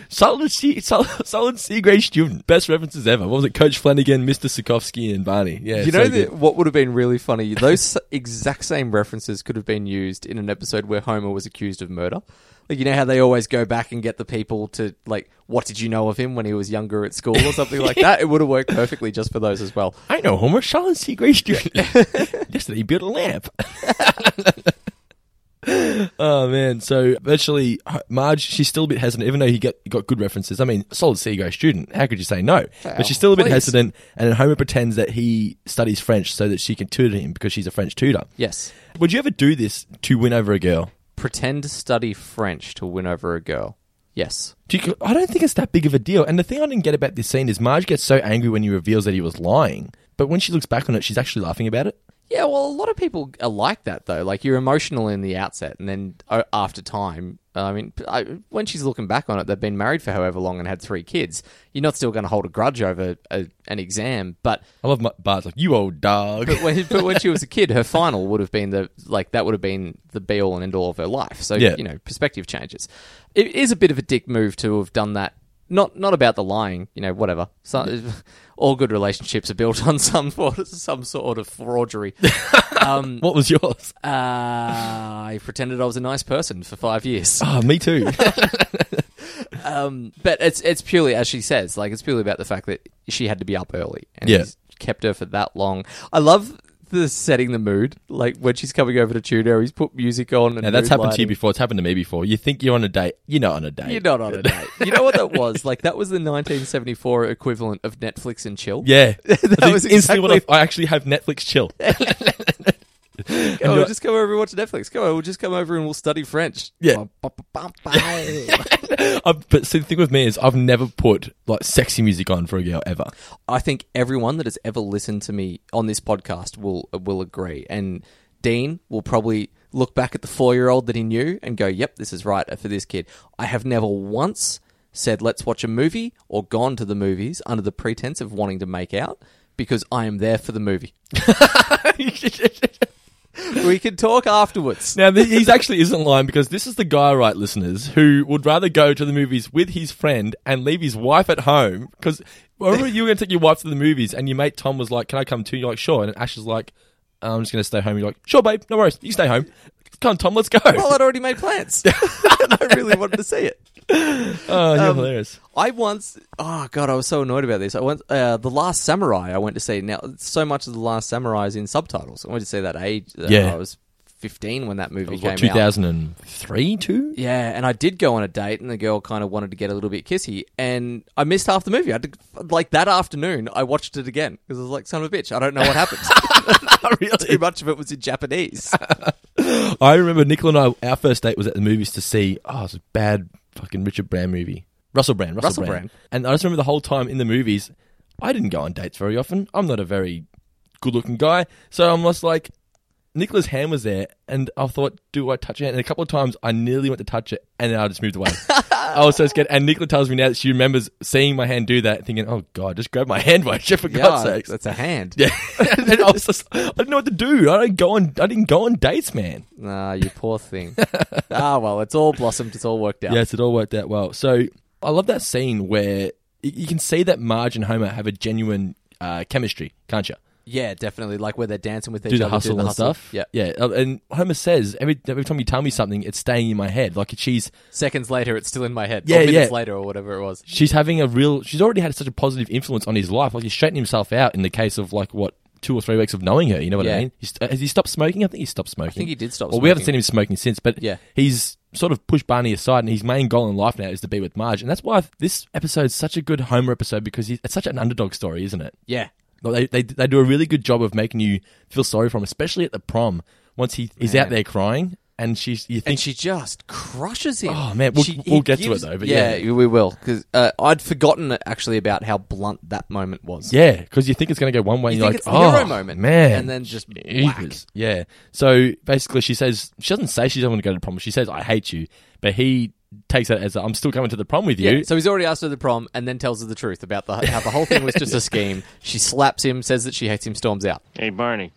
S4: solid, C, solid, solid C grade student. Best references ever. What was it? Coach Flanagan, Mr. Sikorsky, and Barney. Yeah,
S5: you
S4: so
S5: know
S4: good.
S5: that what would have been really funny? Those [laughs] exact same references could have been used in an episode where Homer was accused of murder. Like you know how they always go back and get the people to like, what did you know of him when he was younger at school or something
S4: [laughs]
S5: like that? It would have worked perfectly just for those as well.
S4: I know Homer, solid C grade student. Yesterday he built a lamp. [laughs] oh man! So virtually, uh, Marge, she's still a bit hesitant, even though he get, got good references. I mean, solid C grade student. How could you say no? but she's still a bit
S5: please.
S4: hesitant, and then Homer pretends that he studies French so that she can tutor him because she's a French tutor.
S5: Yes,
S4: Would you ever do this to win over a girl?
S5: pretend to study French to win over a girl. Yes,
S4: Do you, I don't think it's that big of a deal. And the thing I didn't get about this scene is Marge gets so angry when he reveals that he was lying, but when she looks back on it, she's actually laughing about it.
S5: yeah. Well, a lot of people are like that though. Like you're emotional in the outset, and then uh, after time, I mean, I, when she's looking back on it, they've been married for however long and had three kids. You're not still going to hold a grudge over a, an exam, but [laughs]
S4: I love my, Bart's like, "You old dog."
S5: but when, but when she was a kid, her final would have been the like that would have been the be all and end all of her life. So
S4: Yeah.
S5: you know, perspective changes. It is a bit of a dick move to have done that. Not not about the lying, you know, whatever. So, [laughs] all good relationships are built on some for- some sort of forgery. Um,
S4: [laughs] What was yours?
S5: [laughs] uh, I pretended I was a nice person for five years.
S4: Ah, me too.
S5: but it's it's purely as she says, like it's purely about the fact that she had to be up early and
S4: Yeah.
S5: he's kept her for that long. I love the setting the mood, like when she's coming over to tutor, he's put music on.
S4: [laughs]
S5: And
S4: now that's
S5: mood
S4: happened to you
S5: lighting.
S4: before. It's happened to me before. You think you're on a date. You're not on a date.
S5: You're not on a date. You know what that
S4: [laughs]
S5: was? Like that was the 1974 equivalent of Netflix and chill. [laughs]
S4: Yeah, that
S5: was
S4: instantly what
S5: exactly-
S4: I, I actually have Netflix chill.
S5: [laughs] oh, just come over and watch Netflix. Come on, we'll just come over and we'll study French.
S4: Yeah.
S5: Bum, bum, bum, bum, bum.
S4: I've, but see, the thing with me is I've never put like sexy music on for a girl
S5: [laughs]
S4: ever.
S5: I think everyone that has ever listened to me on this podcast will will agree, and Dean will probably look back at the four year old that he knew and go, "Yep, this is right for this kid." I have never once said, "Let's watch a movie" or gone to the movies under the pretense of wanting to make out because I am there for the movie. we can
S4: [laughs]
S5: talk afterwards.
S4: Now th- he's actually isn't lying because this is the guy, right, listeners, who would rather go to the movies with his friend and leave his wife at home because remember you were going to take your wife to the movies and your mate Tom was like, "Can I come too?" You're like, "Sure," and Ash is like, "I'm just going to stay home." You're like, "Sure, babe, no worries, you stay home." Come on, Tom, let's go.
S5: well, I'd already made plans. [laughs] and I really wanted to see it.
S4: [laughs] Oh,
S5: Um,
S4: you're hilarious.
S5: I once, oh god, I was so annoyed about this. I went, uh, the Last Samurai. I went to see now. So much of the Last Samurai is in subtitles. I went to see that age. Uh,
S4: Yeah.
S5: I was fifteen when that movie
S4: was
S5: came
S4: what,
S5: out.
S4: 2003,
S5: [laughs]
S4: two?
S5: Yeah, and I did go on a date, and the girl kind of wanted to get a little bit kissy, and I missed half the movie. I had to, like that afternoon, I watched it again because I was like, "Son of a bitch, I don't know
S4: [laughs]
S5: what happened." [laughs] Too much of it was in Japanese.
S4: I remember Nicola and I, our first date was at the movies to see, oh, it was a bad fucking Richard Brand movie. Russell Brand, Russell,
S5: Russell
S4: Brand.
S5: Brand.
S4: And I just remember the whole time in the movies, I didn't go on dates very often. I'm not a very good looking guy. So I'm just like, Nicola's hand was there, and I thought, do I touch it? And a couple of times I nearly went to touch it, and then I just
S5: [laughs]
S4: moved away. I was so scared. And Nicola tells me now that she remembers seeing my hand do that, thinking, oh God, just grab my hand, [laughs] won't you? For God's sake.
S5: that's a hand.
S4: Yeah. [laughs] and I was just, I didn't know what to do. I don't go on, I didn't go on dates, man.
S5: Ah, you
S4: [laughs]
S5: poor thing. ah, well, it's all blossomed. It's all worked out.
S4: Yes, it all worked out well. So I love that scene where y- you can see that Marge and Homer have a genuine uh, chemistry, can't you?
S5: Yeah, definitely. Like where they're dancing with each
S4: Do the
S5: other,
S4: hustle
S5: doing the
S4: and
S5: hustle.
S4: stuff.
S5: Yeah.
S4: yeah. Uh, And Homer says every every time you tell me something, it's staying in my head. Like she's
S5: Seconds later, it's still in my head.
S4: Yeah,
S5: or minutes
S4: yeah.
S5: later, or whatever it was.
S4: she's having a real. She's already had such a positive influence on his life. Like he's straightened himself out in the case of like what two or three weeks of knowing her. You know what I
S5: Yeah.
S4: mean? He's, uh, has he stopped smoking? I think he stopped smoking.
S5: think he did stop
S4: Well, we haven't
S5: smoking.
S4: seen him smoking since, but
S5: Yeah.
S4: he's sort of pushed Barney aside, and his main goal in life now is to be with Marge, and that's why this episode's such a good Homer episode because he, it's such an underdog story, isn't it?
S5: Yeah.
S4: Like they, they they do a really good job of making you feel sorry for him, especially at the prom. Once he he's out there crying, and she's you think
S5: And she just crushes him.
S4: Oh, man, we'll-
S5: She-
S4: we'll
S5: he
S4: get to it though, but yeah.
S5: we will. Because uh, I'd forgotten actually about how blunt that moment was.
S4: yeah, because you think it's going to go one way,
S5: You
S4: and you're
S5: think
S4: like,
S5: it's the hero
S4: oh
S5: moment,
S4: man,
S5: and then just whack.
S4: Jeepers. yeah. So basically, she says she doesn't say she doesn't want to go to prom. She says I hate you, but he takes that as I'm still coming to the prom with you.
S5: Yeah, so he's already asked her the prom and then tells her the truth about the, how the whole thing was
S4: [laughs]
S5: just a scheme. She slaps him, says that she hates him, storms out.
S1: Hey, Barney.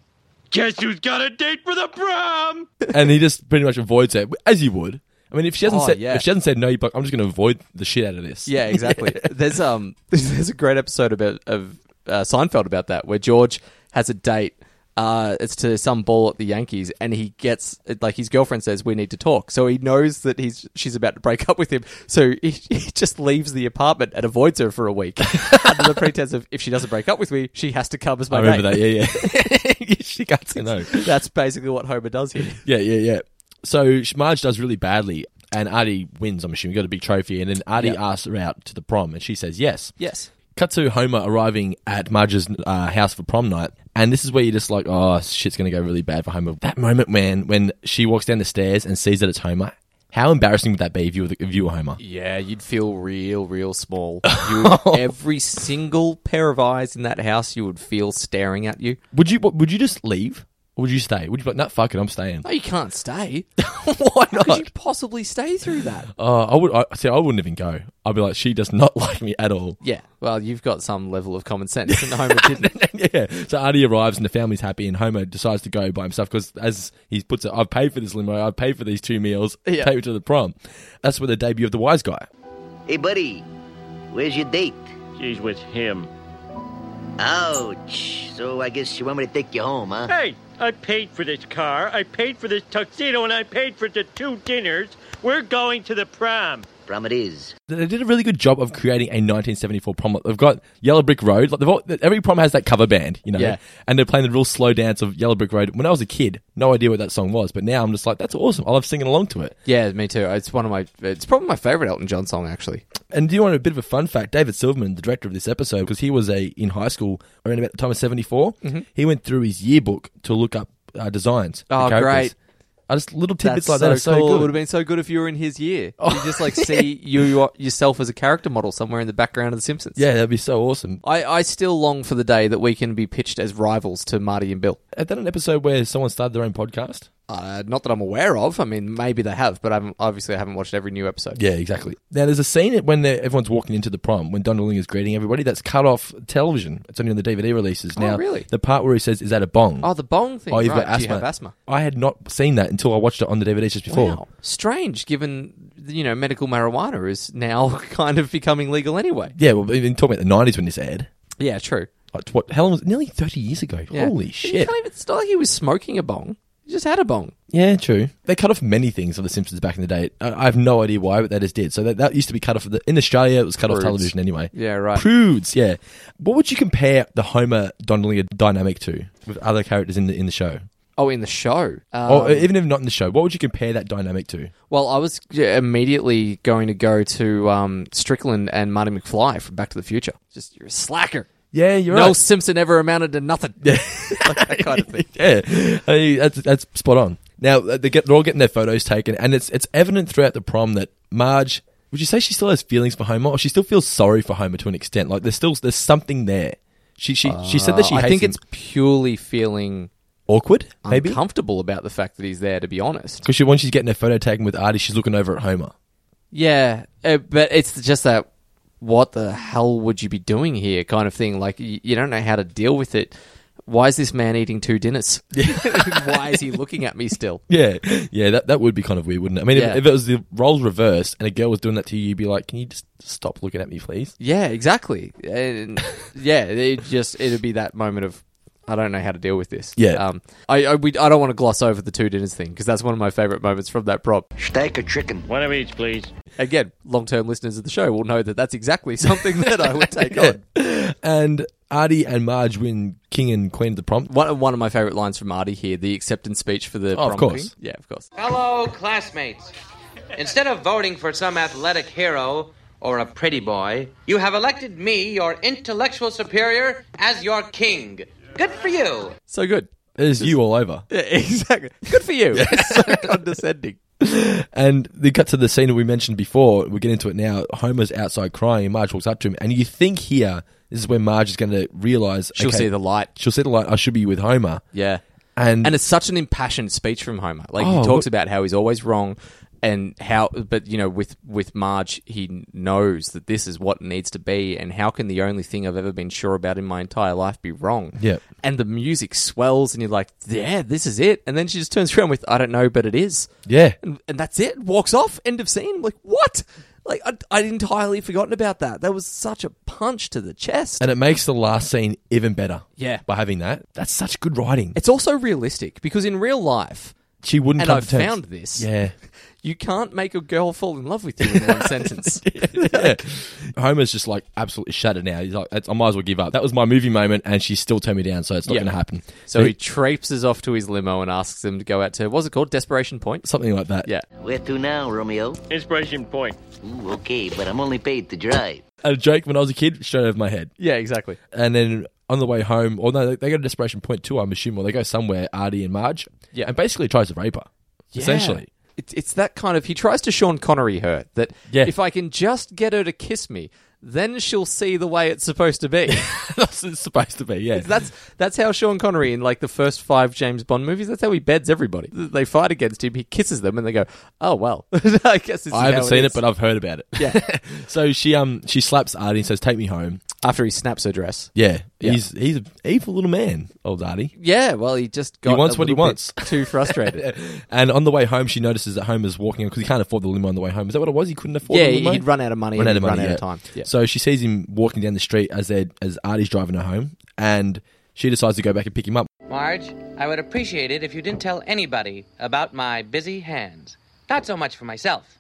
S1: Guess who's got a date for the prom?
S4: and he just pretty much avoids it as you would. I mean, if she hasn't
S5: Oh,
S4: said
S5: yeah.
S4: if she hasn't said no, you're like, I'm just going to avoid the shit out of this.
S5: [laughs]
S4: [laughs]
S5: Yeah, exactly. There's um, [laughs] there's a great episode about of uh, Seinfeld about that where George has a date. Uh, it's to some ball at the Yankees, and he gets like his girlfriend says we need to talk. So he knows that he's she's about to break [laughs] up with him. So he, he just leaves the apartment and avoids her for
S4: [laughs]
S5: a week under the pretense of if she doesn't break up with me, she has to come as my
S4: I remember that.
S5: date.
S4: Yeah, yeah.
S5: [laughs]
S4: she can't say no.
S5: That's basically what Homer does here.
S4: Yeah, yeah, yeah. So sh- Marge does really badly, and Artie wins. I'm assuming got a big trophy, and then Artie
S5: Yeah.
S4: asks her out to the prom, and she says yes.
S5: Yes.
S4: Cut to Homer arriving at Marge's uh, house for prom night, and this is where you're just like, oh, shit's gonna go really bad for Homer. That moment, man, when she walks down the stairs and sees that it's Homer. How embarrassing would that be if you were, the, if you were Homer?
S5: Yeah, you'd feel real, real [laughs] small. You would, every single pair of eyes in that house, you would feel staring at you.
S4: Would you would you just leave or would you stay? Would you be like, no, fuck it, I'm
S5: [laughs]
S4: staying.
S5: No, you can't [laughs] stay.
S4: Why
S5: How could
S4: not?
S5: you possibly stay through that?
S4: Uh, I would. I, see, I wouldn't even go. I'd be like, she does not [laughs] like me at all.
S5: Yeah, well, you've got some level of common sense, and [laughs] Homer didn't.
S4: yeah. So Artie arrives and the family's happy, and Homer decides to go by himself because, as he puts it, I've paid for this limo, I've paid for these two meals,
S5: Yeah.
S4: take me to the prom. That's where the debut of the wise guy.
S7: Hey, buddy, where's your date?
S1: She's with him.
S7: Ouch. So I guess you want me to take you home, huh?
S1: Hey, I paid for this car, I paid for this tuxedo, and I paid for the two dinners. We're going to the prom.
S7: Prom it is.
S4: They did a really good job of creating a 1974 prom. They've got Yellow Brick Road. Like they've all, every prom has that cover band, you know.
S5: Yeah.
S4: And they're playing the real slow dance of Yellow Brick Road. When I was a kid, no idea what that song was, but now I'm just like, that's awesome. I love singing along to it.
S5: Yeah, me too. It's one of my. It's probably my favorite Elton John song, [laughs] actually.
S4: And do you want a bit of a fun fact? David Silverman, the director of this episode, because he was a in high school around about the time of seventy
S5: Mm-hmm.
S4: he went through his yearbook to look up uh, designs. for
S5: Oh,
S4: characters.
S5: great.
S4: I just little tidbits like
S5: so
S4: that are so
S5: cool. It would
S4: good.
S5: have been so good if you were in his [laughs] year. you just like see you, you yourself as a character model somewhere in the background of The Simpsons.
S4: yeah, that'd be so awesome.
S5: I, I still long for the day that we can be pitched as rivals to Marty and Bill.
S4: Is that an episode where someone started their own podcast?
S5: Uh, not that I'm aware of. I mean, maybe they have, but I'm obviously I haven't watched every new episode.
S4: Yeah, exactly. Now there's a scene at- when they're- everyone's walking into the prom when Don DeLing is greeting everybody. That's cut off television. It's only on the DVD releases now.
S5: Oh, really?
S4: The part where he says, "Is that a bong?"
S5: Oh, the bong thing.
S4: Oh, you've got
S5: right.
S4: asthma.
S5: Do you have asthma?
S4: I had not seen that until I watched it on the DVD just before.
S5: Wow. Strange, given you know medical marijuana is now [laughs] kind of becoming legal anyway.
S4: Yeah, well, even talking about the '90s when this aired.
S5: Yeah, true.
S4: Like, what? How long was it? Nearly thirty years ago.
S5: Yeah.
S4: Holy
S5: You
S4: shit!
S5: can't even, it's not like he was smoking a bong. He just had a bong.
S4: Yeah, true. They cut off many things of The Simpsons back in the day. I, I have no idea why, but they just did. So that, that used to be cut off. The, in Australia, it was cut off
S5: Prudes.
S4: television anyway.
S5: Yeah, right.
S4: Prudes. Yeah. What would you compare the Homer Donlinger dynamic to with other characters in the in the show,
S5: Oh, in the show. Um,
S4: or even if not in the show? What would you compare that dynamic to?
S5: well, I was yeah, immediately going to go to um, Strickland and Marty McFly from Back to the Future. Just you're a slacker.
S4: Yeah, you're
S5: No Simpson ever amounted to nothing. like [laughs] that kind of thing.
S4: [laughs] yeah, I mean, that's that's spot on. Now uh, they get, they're all getting their photos taken, and it's it's evident throughout the prom that Marge. Would you say she still has feelings for Homer, or she still feels sorry for Homer to an extent? Like there's still there's something there. She she she said that she
S5: Uh,
S4: hates
S5: I think
S4: him.
S5: it's purely feeling
S4: awkward, maybe
S5: uncomfortable about the fact that he's there. To be honest,
S4: because she when she's getting her photo taken with Artie, she's looking over at Homer.
S5: yeah, uh, but it's just that what the hell would you be doing here, kind of thing. Like you, you don't know how to deal with it. Why is this man eating two dinners? [laughs] Why is he looking at me still?
S4: Yeah, yeah, that that would be kind of weird, wouldn't it? I mean,
S5: Yeah.
S4: if, if it was the roles reversed and a girl was doing that to you, you'd be like, "Can you just stop looking at me, please?"
S5: Yeah, exactly. And yeah, it just it'd be that moment of I don't know how to deal with this.
S4: Yeah.
S5: um, I I, we, I don't want to gloss over the two dinners thing because that's one of my favorite moments from that prop.
S7: Steak or chicken?
S1: One of each, please.
S5: Again, long term listeners of the show will know that that's exactly [laughs] something that I
S4: [laughs]
S5: would take on.
S4: And Artie and Marge win King and Queen of the Prompt.
S5: [laughs] One, one of my favorite lines from Artie here, the acceptance speech for the
S4: Oh, of
S5: prom
S4: course.
S5: king. Yeah, of course.
S9: Hello, classmates. Instead of voting for some athletic hero or a pretty boy, you have elected me, your intellectual superior, as your king. Good for you.
S5: So good.
S4: There's you all over.
S5: [laughs] Yeah, exactly. Good for you. so condescending.
S4: And they cut to the scene that we mentioned before. We get into it now. Homer's outside crying, and Marge walks up to him, and you think here this is where Marge is going to realize
S5: She'll
S4: okay,
S5: see the light.
S4: she'll see the light. I should be with Homer.
S5: Yeah.
S4: And,
S5: And it's such an impassioned speech from Homer. Like
S4: Mm. Oh,
S5: he talks
S4: what-
S5: about how he's always wrong and how but you know with with Marge he knows that this is what it needs to be and how can the only thing I've ever been sure about in my entire life be wrong.
S4: Yep.
S5: And the music swells and you're like, "Yeah, this is it." And then she just turns around with, "I don't know, but it is."
S4: yeah,
S5: And, and that's it. Walks off. End of scene. Like, what? Like I I'd entirely forgotten about that. That was such a punch to the chest.
S4: and it makes the last scene even better.
S5: Yeah.
S4: by having that, that's such good writing.
S5: it's also realistic because in real life
S4: she wouldn't.
S5: and
S4: come
S5: I've
S4: to terms.
S5: found this.
S4: Yeah.
S5: You can't make a girl fall in love with you in one sentence.
S4: [laughs] [laughs] yeah. Homer's just like absolutely shattered now. He's like, I might as well give up. That was my movie moment, and she still turned me down, so it's not
S5: Yeah.
S4: going to happen.
S5: So he traipses off to his limo and asks them to go out to what's it called? Desperation Point.
S4: something like that.
S5: Yeah.
S7: Where to now, Romeo?
S1: Inspiration point.
S7: Ooh, okay, but I'm only paid to drive.
S4: A joke when I was a kid, straight over my head.
S5: Yeah, exactly.
S4: And then on the way home, or no, they- they go to Desperation Point too, I'm assuming, or they go somewhere, Artie and Marge,
S5: Yeah.
S4: and basically tries to rape her, essentially. [laughs]
S5: It's it's that kind of he tries to Sean Connery her that
S4: Yeah.
S5: if I can just get her to kiss me, then she'll see the way it's supposed
S4: [laughs]
S5: to be. [laughs]
S4: That's what it's supposed to be, yeah.
S5: that's that's how Sean Connery in like the first five James Bond movies, that's how he beds everybody. They fight against him, he kisses them and they go, Oh well. [laughs] I guess this is
S4: I haven't
S5: how
S4: seen
S5: is."
S4: it, but I've heard about it. Yeah. [laughs] so she um she slaps Artie and says, "Take me home."
S5: after he snaps her dress.
S4: Yeah,
S5: Yeah.
S4: he's he's an evil little man, old Artie.
S5: Yeah, well, he just got
S4: wants
S5: a
S4: what he
S5: little bit
S4: wants.
S5: Too
S4: [laughs]
S5: frustrated.
S4: And on the way home, she notices that Homer's walking because he can't afford the limo on the way home. Is that what it was? He couldn't afford.
S5: yeah,
S4: the limo?
S5: he'd run out of money. and he'd run out
S4: yeah.
S5: of time. Yeah.
S4: So she sees him walking down the street as they as Artie's driving her home, and she decides to go back and pick him up.
S9: Marge, I would appreciate it if you didn't tell anybody about my busy hands. Not so much for myself,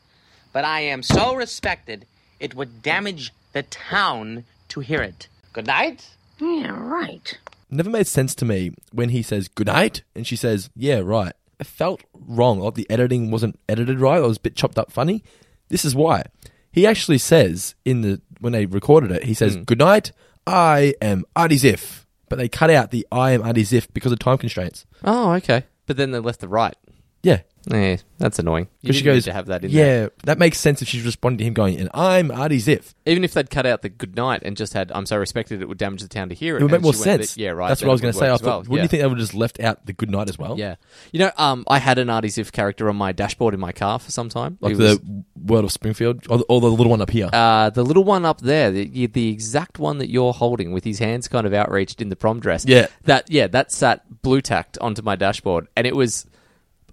S9: but I am so respected, it would damage the town to hear it. Good night.
S2: Yeah, right.
S4: Never made sense to me when he says good night, and she says yeah right. It felt wrong. Like the editing wasn't edited right. It was a bit chopped up funny. This is why he actually says in the when they recorded it, he says
S5: Mm.
S4: good night. I am Artie Ziff, but they cut out the I am Artie Ziff because of time constraints.
S5: Oh, okay. But then they left the right.
S4: Yeah.
S5: Yeah, that's annoying. You
S4: Because she
S5: didn't need
S4: goes
S5: to have that in
S4: yeah,
S5: there.
S4: that makes sense if she's responding to him going, and I'm Artie Ziff.
S5: Even if they'd cut out the good night and just had "I'm so respected" it would damage the town to hear it.
S4: It would make
S5: and
S4: more
S5: she went,
S4: sense.
S5: yeah, right.
S4: That's
S5: then
S4: what I was
S5: it
S4: going
S5: would
S4: to say. I
S5: work as
S4: thought,
S5: well.
S4: wouldn't you
S5: Yeah.
S4: think they would have just left out the good night as well?
S5: Yeah, you know, um, I had an Artie Ziff character on my dashboard in my car for some time.
S4: Like
S5: It was-
S4: the World of Springfield, or the, or the little one up here.
S5: uh, the little one up there, the, the exact one that you're holding with his hands kind of outreached in the prom dress.
S4: Yeah.
S5: That, yeah, that sat blue tacked onto my dashboard. And it was,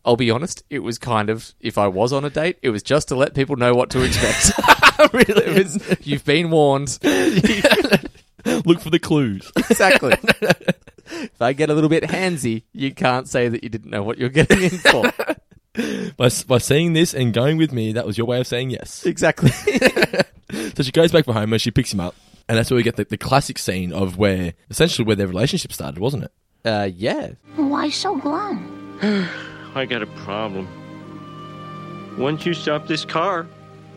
S5: I'll be honest, it was kind of, if I was on a date, it was just to let people know what to
S4: [laughs]
S5: expect. [laughs] really? It was, you've been warned.
S4: Look for the
S5: [laughs]
S4: clues.
S5: exactly. if I get a little bit handsy, you can't say that you didn't know what you're getting
S4: [laughs]
S5: in for.
S4: by, s- by seeing this and going with me, that was your way of saying yes.
S5: exactly.
S4: [laughs] So she goes back for Homer, she picks him up, and that's where we get the, the classic scene of where, essentially, where their relationship started, wasn't it?
S5: Uh, yeah.
S2: Why so glum?
S1: I got a problem. Once you stop this car,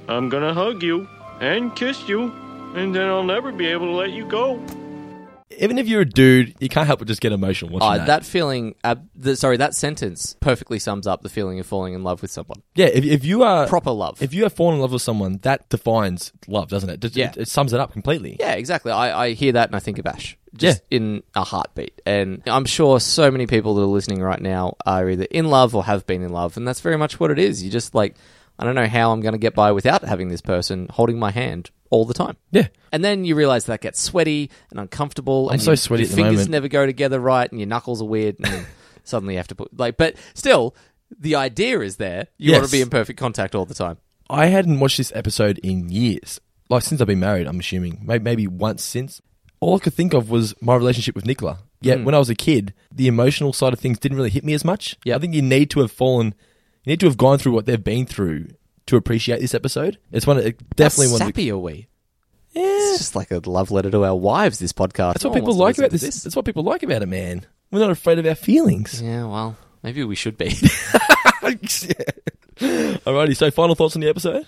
S1: I'm gonna hug you and kiss you, and then I'll never be able to let you go.
S4: Even if you're a dude, you can't help but just get emotional watching
S5: Uh,
S4: that.
S5: that feeling, ab- the, sorry, that sentence perfectly sums up the feeling of falling in love with someone.
S4: Yeah, if, if you are
S5: proper love,
S4: Uh, if you have fallen in love with someone, that defines love, doesn't it? It,
S5: Yeah.
S4: it, it sums it up completely.
S5: Yeah, exactly. I, I hear that and I think of Ash. Just in a heartbeat. And I'm sure so many people that are listening right now are either in love or have been in love. And that's very much what it is. You just like, I don't know how I'm going to get by without having this person holding my hand all the time.
S4: Yeah.
S5: And then you realize that gets sweaty and uncomfortable.
S4: I'm
S5: and
S4: so
S5: your-
S4: sweaty
S5: Your
S4: at the
S5: fingers
S4: moment.
S5: never go together right and your knuckles are weird.
S4: [laughs]
S5: And suddenly you have to put, like, but still, the idea is there. You want
S4: Yes.
S5: to be in perfect contact all the time.
S4: I hadn't watched this episode in years. Like since I've been married, I'm assuming. Maybe, maybe once since. All I could think of was my relationship with Nicola. Yeah,
S5: Mm.
S4: when I was a kid, the emotional side of things didn't really hit me as much. Yeah, I think you need to have fallen, you need to have gone through what they've been through to appreciate this episode. It's one of it definitely
S5: How
S4: one. of the-
S5: sappy are we? It's just like a love letter to our wives. This podcast.
S4: that's what people like about this. That's what people like about it, man. We're not afraid of our feelings.
S5: Yeah, well, maybe we should [laughs] be.
S4: Alrighty, so final thoughts on the episode.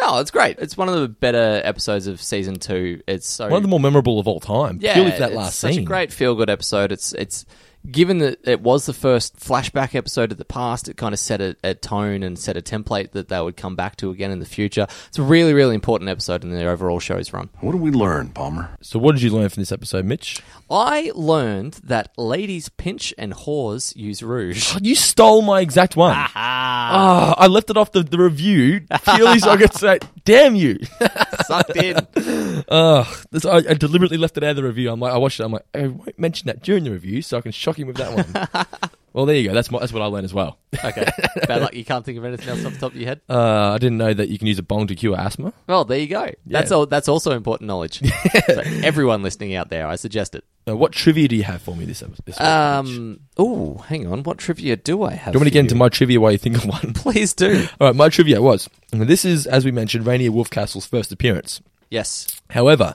S5: no, it's great. It's one of the better episodes of season two. It's so
S4: One of the more memorable of all time.
S5: yeah,
S4: purely for that
S5: it's
S4: last
S5: such
S4: scene.
S5: a great feel good episode. It's it's given that it was the first flashback episode of the past. It kind of set a, a tone and set a template that they would come back to again in the future. It's a really really important episode in the overall show's run.
S4: What did we learn, Palmer? So, what did you learn from this episode, Mitch?
S5: I learned that ladies pinch and whores use rouge.
S4: You stole my exact one. Ah, I left it off the, the review purely so I could say, damn you. [laughs]
S5: Sucked in. [laughs]
S4: Ugh, this, I, I deliberately left it out of the review. I'm like, I watched it. I'm like, I won't mention that during the review so I can shock him with that
S5: [laughs]
S4: one. well, there you go. That's, my, that's what I learned as well.
S5: Okay, [laughs] bad luck. You can't think of anything else off the top of your head.
S4: Uh, I didn't know that you can use a bong to cure asthma.
S5: Well, there you go. That's all. That's also important [laughs] knowledge. So everyone listening out there, I suggest it.
S4: Uh, what trivia do you have for me this episode? This week?
S5: Um. Oh, hang on. What trivia do I have?
S4: do you want to
S5: for
S4: get into my trivia while you think of one?
S5: Please do.
S4: All right, my trivia was and this is, as we mentioned, Rainier Wolfcastle's first appearance.
S5: [laughs] Yes.
S4: However,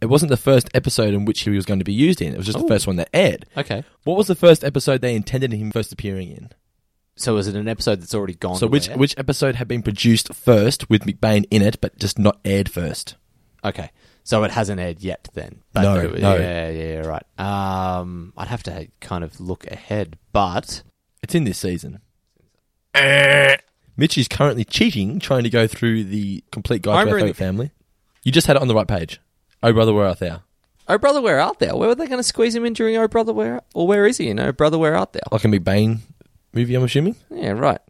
S4: it wasn't the first episode in which he was going to be used in. It was just
S5: Oh.
S4: the first one that aired.
S5: Okay.
S4: What was the first episode they intended him first appearing in?
S5: So is it an episode that's already gone?
S4: so
S5: to
S4: which
S5: air?
S4: which episode had been produced first with McBain in it, but just not aired first?
S5: Okay. So it hasn't aired yet, then.
S4: No,
S5: it-
S4: no.
S5: Yeah. Yeah. Right. Um. I'd have to kind of look ahead, but
S4: It's in this season. Mitch is currently cheating, trying to go through the complete guide
S5: I'm
S4: to our
S5: really-
S4: favourite family. You just had it on the right page. Oh brother, where art thou?
S5: Oh brother, where art thou? Where were they going to squeeze him in during Oh brother, where? Or where is he? in Oh brother, where art thou?
S4: Like a McBain movie, I'm assuming.
S5: Yeah. Right.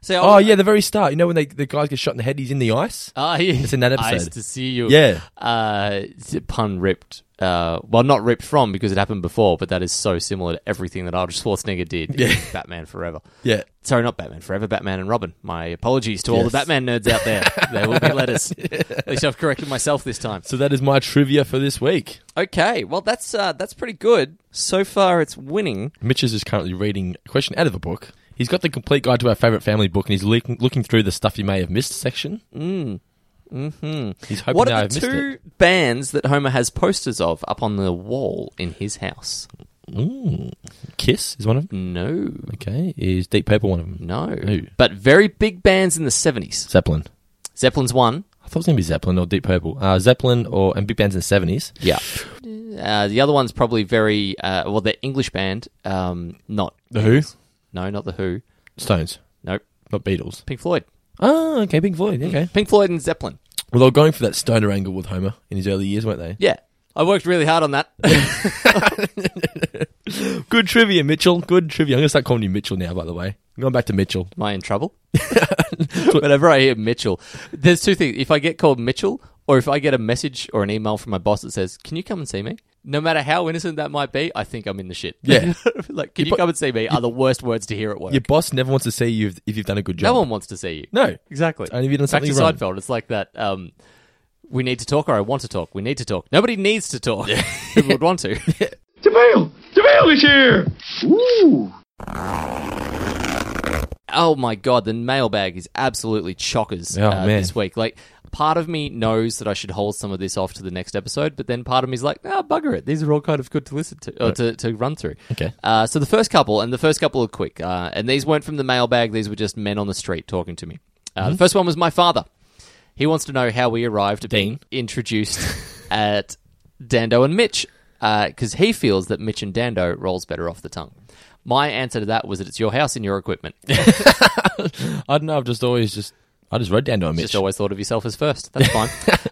S5: So
S4: Oh yeah, the very start. You know when they, the guys get shot in the head, he's in the ice.
S5: Ah, yeah.
S4: It's in that episode.
S5: Nice to see you.
S4: Yeah.
S5: Uh, pun ripped. Uh, well, not ripped from because it happened before, but that is so similar to everything that Arnold Schwarzenegger did in
S4: Yeah.
S5: Batman Forever.
S4: [laughs] Yeah.
S5: Sorry, not Batman Forever, Batman and Robin. My apologies to all the
S4: Yes.
S5: Batman nerds out there.
S4: [laughs]
S5: there will be letters. At least I've corrected myself this time.
S4: So that is my trivia for this week.
S5: Okay, well, that's uh, that's pretty good. So far, it's winning.
S4: Mitch is just currently reading a question out of a book. He's got the complete guide to our favorite family book, and he's looking, looking through the stuff you may have missed section.
S5: Mm. hmm
S4: He's hoping
S5: What
S4: that
S5: are
S4: I've
S5: the
S4: missed
S5: two bands that Homer has posters of up on the wall in his house?
S4: Mm. Kiss is one of them.
S5: No.
S4: Okay, is Deep Purple one of them?
S5: No.
S4: No.
S5: But very big bands in the 70s.
S4: Zeppelin.
S5: Zeppelin's one.
S4: I thought it was gonna be Zeppelin or Deep Purple. Uh, Zeppelin or and big bands in the seventies.
S5: Yeah. Uh, the other one's probably very, uh, well, they're English band. Um, not.
S4: The Who?
S5: No, not The Who.
S4: Stones,
S5: Nope.
S4: not Beatles.
S5: Pink Floyd.
S4: Oh, okay, Pink Floyd. Okay.
S5: Pink Floyd and Zeppelin.
S4: Well, they were going for that stoner angle with Homer in his early years, weren't they?
S5: Yeah. I worked really hard on that. [laughs]
S4: Good trivia, Mitchell. Good trivia. I'm gonna start calling you Mitchell now. By the way, I'm going back to Mitchell.
S5: Am I in [laughs] trouble? Whenever I hear Mitchell, there's two things. If I get called Mitchell, or if I get a message or an email from my boss that says, Can you come and see me? No matter how innocent that might be, I think I'm in the shit.
S4: Yeah.
S5: [laughs] like, can you, come and see me? Are the worst words to hear at work.
S4: Your boss never wants to see you if, if you've done a good job.
S5: No one wants to see you.
S4: No.
S5: exactly.
S4: It's only if you've done
S5: Back to
S4: something wrong.
S5: Seinfeld. It's like that. Um, we need to talk, or I want to talk. We need to talk. Nobody needs to talk. [laughs] Who would want to?
S1: Javale! Javale is here! Ooh!
S5: oh my god, the mailbag is absolutely chockers
S4: Oh,
S5: uh,
S4: man.
S5: this week. Like, part of me knows that I should hold some of this off to the next episode, but then part of me is like, ah, bugger it. These are all kind of good to listen to or to, to run through.
S4: Okay.
S5: Uh, so the first couple, and the first couple are quick, uh, and these weren't from the mailbag. These were just men on the street talking to me. Uh,
S4: Mm-hmm.
S5: The first one was my father. [laughs] He wants to know how we arrived at being introduced at Dando and Mitch because he feels that Mitch and Dando rolls better off the tongue. My answer to that was that it's your house and your equipment.
S4: I don't know. I've just always just I just read Dando and Mitch.
S5: Just always thought of yourself as first. That's
S4: [laughs]
S5: fine.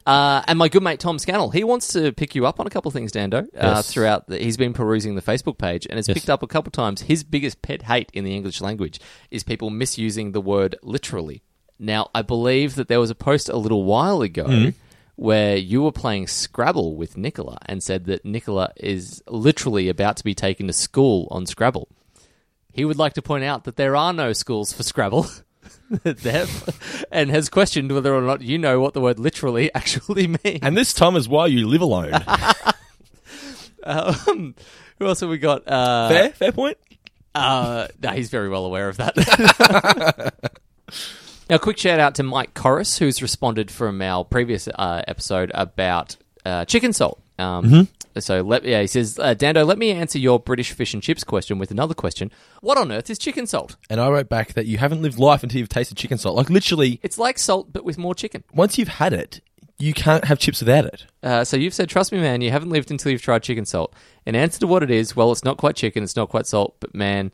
S5: uh, and my good mate Tom Scannell, he wants to pick you up on a couple of things, Dando. Uh,
S4: Yes.
S5: Throughout, the, he's been perusing the Facebook page and has
S4: Yes.
S5: picked up a couple of times. His biggest pet hate in the English language is people misusing the word literally. Now, I believe that there was a post a little while ago.
S4: Mm-hmm.
S5: Where you were playing Scrabble with Nicola and said that Nicola is literally about to be taken to school on Scrabble. He would like to point out that there are no schools for Scrabble. [laughs] there, and has questioned whether or not you know what the word literally [laughs] actually means.
S4: and this Tom is why you live
S5: [laughs]
S4: alone.
S5: Um, who else have we got? Uh,
S4: fair, fair point.
S5: Uh, no, he's very well aware of that. [laughs] now, quick shout out to Mike Corris, who's responded from our previous uh, episode about uh, chicken salt. Um, So, let, yeah, he says, uh, Dando, let me answer your British fish and chips question with another question. What on earth is chicken salt?
S4: And I wrote back that you haven't lived life until you've tasted chicken salt. Like literally,
S5: It's like salt, but with more chicken.
S4: once you've had it, you can't have chips without it.
S5: Uh, so you've said, trust me, man, you haven't lived until you've tried chicken salt. In answer to what it is, well, it's not quite chicken, it's not quite salt, but man.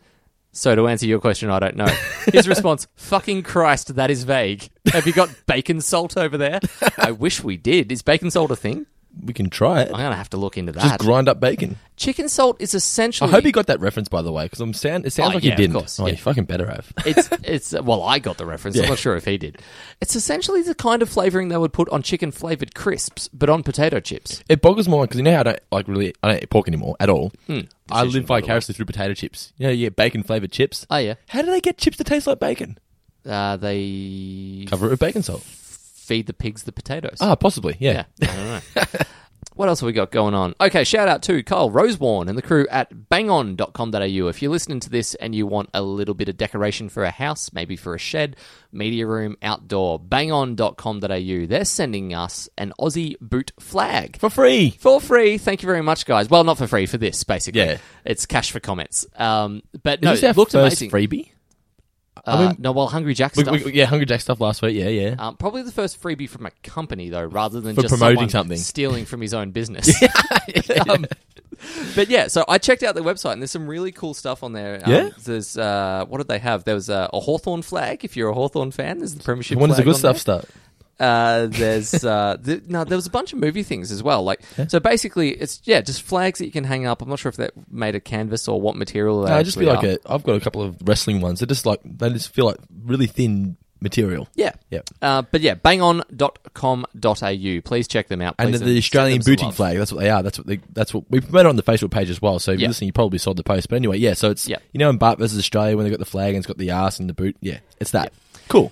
S5: So to answer your question,
S4: [laughs]
S5: I don't know. His response: "Fucking Christ, that is vague. Have you got bacon salt over there? I wish we did. Is bacon salt a thing?
S4: We can try it.
S5: I'm gonna have to look into
S4: Just
S5: that.
S4: grind up bacon.
S5: chicken salt is essentially.
S4: I hope you got that reference by the way, because I'm sound. It sounds
S5: Oh,
S4: like
S5: yeah,
S4: you
S5: of
S4: didn't.
S5: course,
S4: oh,
S5: yeah.
S4: you fucking better have.
S5: [laughs] it's it's well, I got the reference.
S4: Yeah.
S5: I'm not sure if he did. It's essentially the kind of flavoring they would put on chicken flavored crisps, but on potato chips.
S4: It boggles my mind because you know how I don't like really I don't eat pork anymore at all. Hmm. I live
S5: by the way.
S4: vicariously through potato chips. You know, you get bacon flavored chips.
S5: Oh yeah,
S4: How do they get chips that taste like bacon?
S5: uh, they
S4: Cover it with bacon salt.
S5: feed the pigs the potatoes.
S4: Ah, possibly. Yeah.
S5: yeah. I don't know. [laughs] what else have we got going on? Okay, shout out to Kyle Roseborn and the crew at bangon.com.au. If you're listening to this and you want a little bit of decoration for a house, maybe for a shed, media room, outdoor, bangon.com.au, they're sending us an Aussie boot flag.
S4: For free.
S5: For free, thank you very much, guys. Well, not for free for this, basically.
S4: Yeah.
S5: it's cash for comments. Um, but
S4: Is
S5: no,
S4: this our
S5: it looked
S4: first
S5: amazing.
S4: freebie?
S5: Uh, no, well, Hungry Jack
S4: We-
S5: stuff.
S4: we- yeah, Hungry Jack stuff last week. Yeah, yeah.
S5: Um, probably the first freebie from a company, though, rather than
S4: For
S5: just
S4: promoting
S5: someone
S4: something.
S5: stealing from his own business.
S4: [laughs]
S5: [laughs] Um, but yeah, so I checked out their website, and there's some really cool stuff on there. Um,
S4: Yeah?
S5: there's uh, what did they have? There was uh, a Hawthorn flag. If you're a Hawthorn fan, there's the Premiership.
S4: when does the good
S5: flag on
S4: stuff
S5: there.
S4: start?
S5: Uh, there's uh, th- no, there was a bunch of movie things as well. Like so, basically, it's yeah, just flags that you can hang up. I'm not sure if that made a canvas or what material. They
S4: No, just be
S5: actually
S4: like
S5: are.
S4: a. I've got a couple of wrestling ones. They're just like they just feel like really thin material.
S5: Yeah.
S4: Yeah.
S5: Uh, but yeah, bangon.com.au. Please check them out.
S4: And
S5: Please
S4: the,
S5: send
S4: the Australian
S5: them some
S4: booting
S5: love.
S4: flag. That's what they are. That's what they, that's what we promoted on the Facebook page as well. So if
S5: Yeah.
S4: you're listening, you probably saw the post. But anyway, yeah. So it's
S5: Yeah.
S4: you know in Bart versus Australia when they got the flag and it's got the ass and the boot. Yeah, it's that. Cool.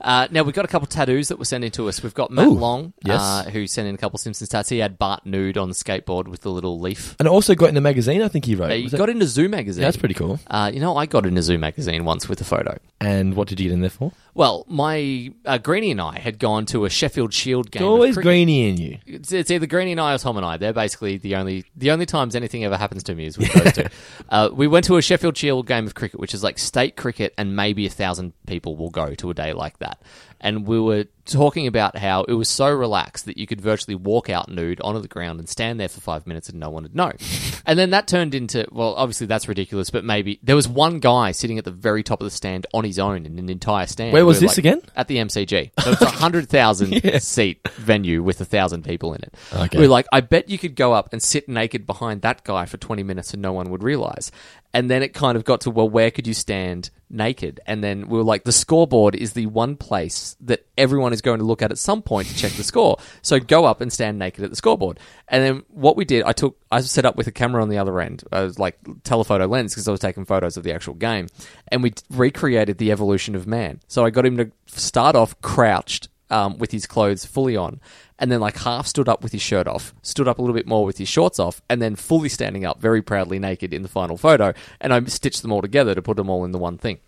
S5: Uh, now we've got a couple tattoos that were sent in to us. We've got Matt
S4: Ooh,
S5: Long,
S4: yes.
S5: uh, who sent in a couple Simpsons tats. He had Bart nude on the skateboard with the little leaf.
S4: [laughs] and I also got in the magazine. I think he wrote.
S5: Uh, you
S4: Was that-
S5: got into Zoo magazine.
S4: Yeah, that's pretty cool.
S5: Uh, you know, I got into Zoo magazine once with a photo.
S4: And what did you get in there for?
S5: Well, my uh, Greenie and I had gone to a Sheffield Shield game. of
S4: Always
S5: cricket.
S4: greeny in you.
S5: It's, it's either Greenie and I or Tom and I. They're basically the only the only times anything ever happens to me is with
S4: [laughs]
S5: those two. Uh, we went to a Sheffield Shield game of cricket, which is like state cricket, and maybe a thousand people will go to a day like that. And we were talking about how it was so relaxed that you could virtually walk out nude onto the ground and stand there for five minutes and no one
S4: [laughs]
S5: would know. And then that turned into well, obviously that's ridiculous, but maybe there was one guy sitting at the very top of the stand on his own in an entire stand.
S4: Where was
S5: We were
S4: this again?
S5: At the MCG. So it's a hundred thousand seat venue with a thousand people in it.
S4: Okay.
S5: We were like, I bet you could go up and sit naked behind that guy for 20 minutes and no one would realize. And then it kind of got to, well, where could you stand naked? And then we were like, the scoreboard is the one place that everyone is going to look at at some point to check the score. So go up and stand naked at the scoreboard. And then what we did, I took, I set up with a camera on the other end, I was like telephoto lens because I was taking photos of the actual game. And we t- recreated the evolution of man. So I got him to start off crouched um, with his clothes fully on, and then like half stood up with his shirt off, stood up a little bit more with his shorts off, and then fully standing up, very proudly naked in the final photo. And I stitched them all together to put them all in the one thing.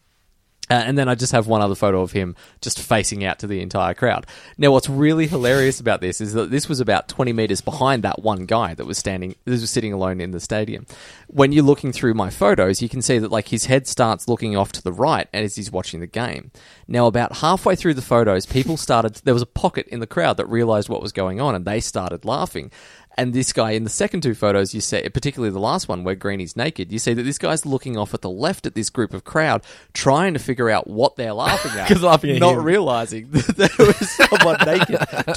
S5: Uh, and then I just have one other photo of him just facing out to the entire crowd. Now, what's really hilarious about this is that this was about 20 meters behind that one guy that was standing, this was sitting alone in the stadium. When you're looking through my photos, you can see that like his head starts looking off to the right as he's watching the game. Now, about halfway through the photos, people started, there was a pocket in the crowd that realized what was going on and they started laughing. And this guy in the second two photos, you see, particularly the last one where Greeny's naked, you see that this guy's looking off at the left at this group of crowd, trying to figure out what they're laughing at.
S4: [laughs] 'Cause laughing at
S5: not
S4: him.
S5: realizing [laughs] that there was someone naked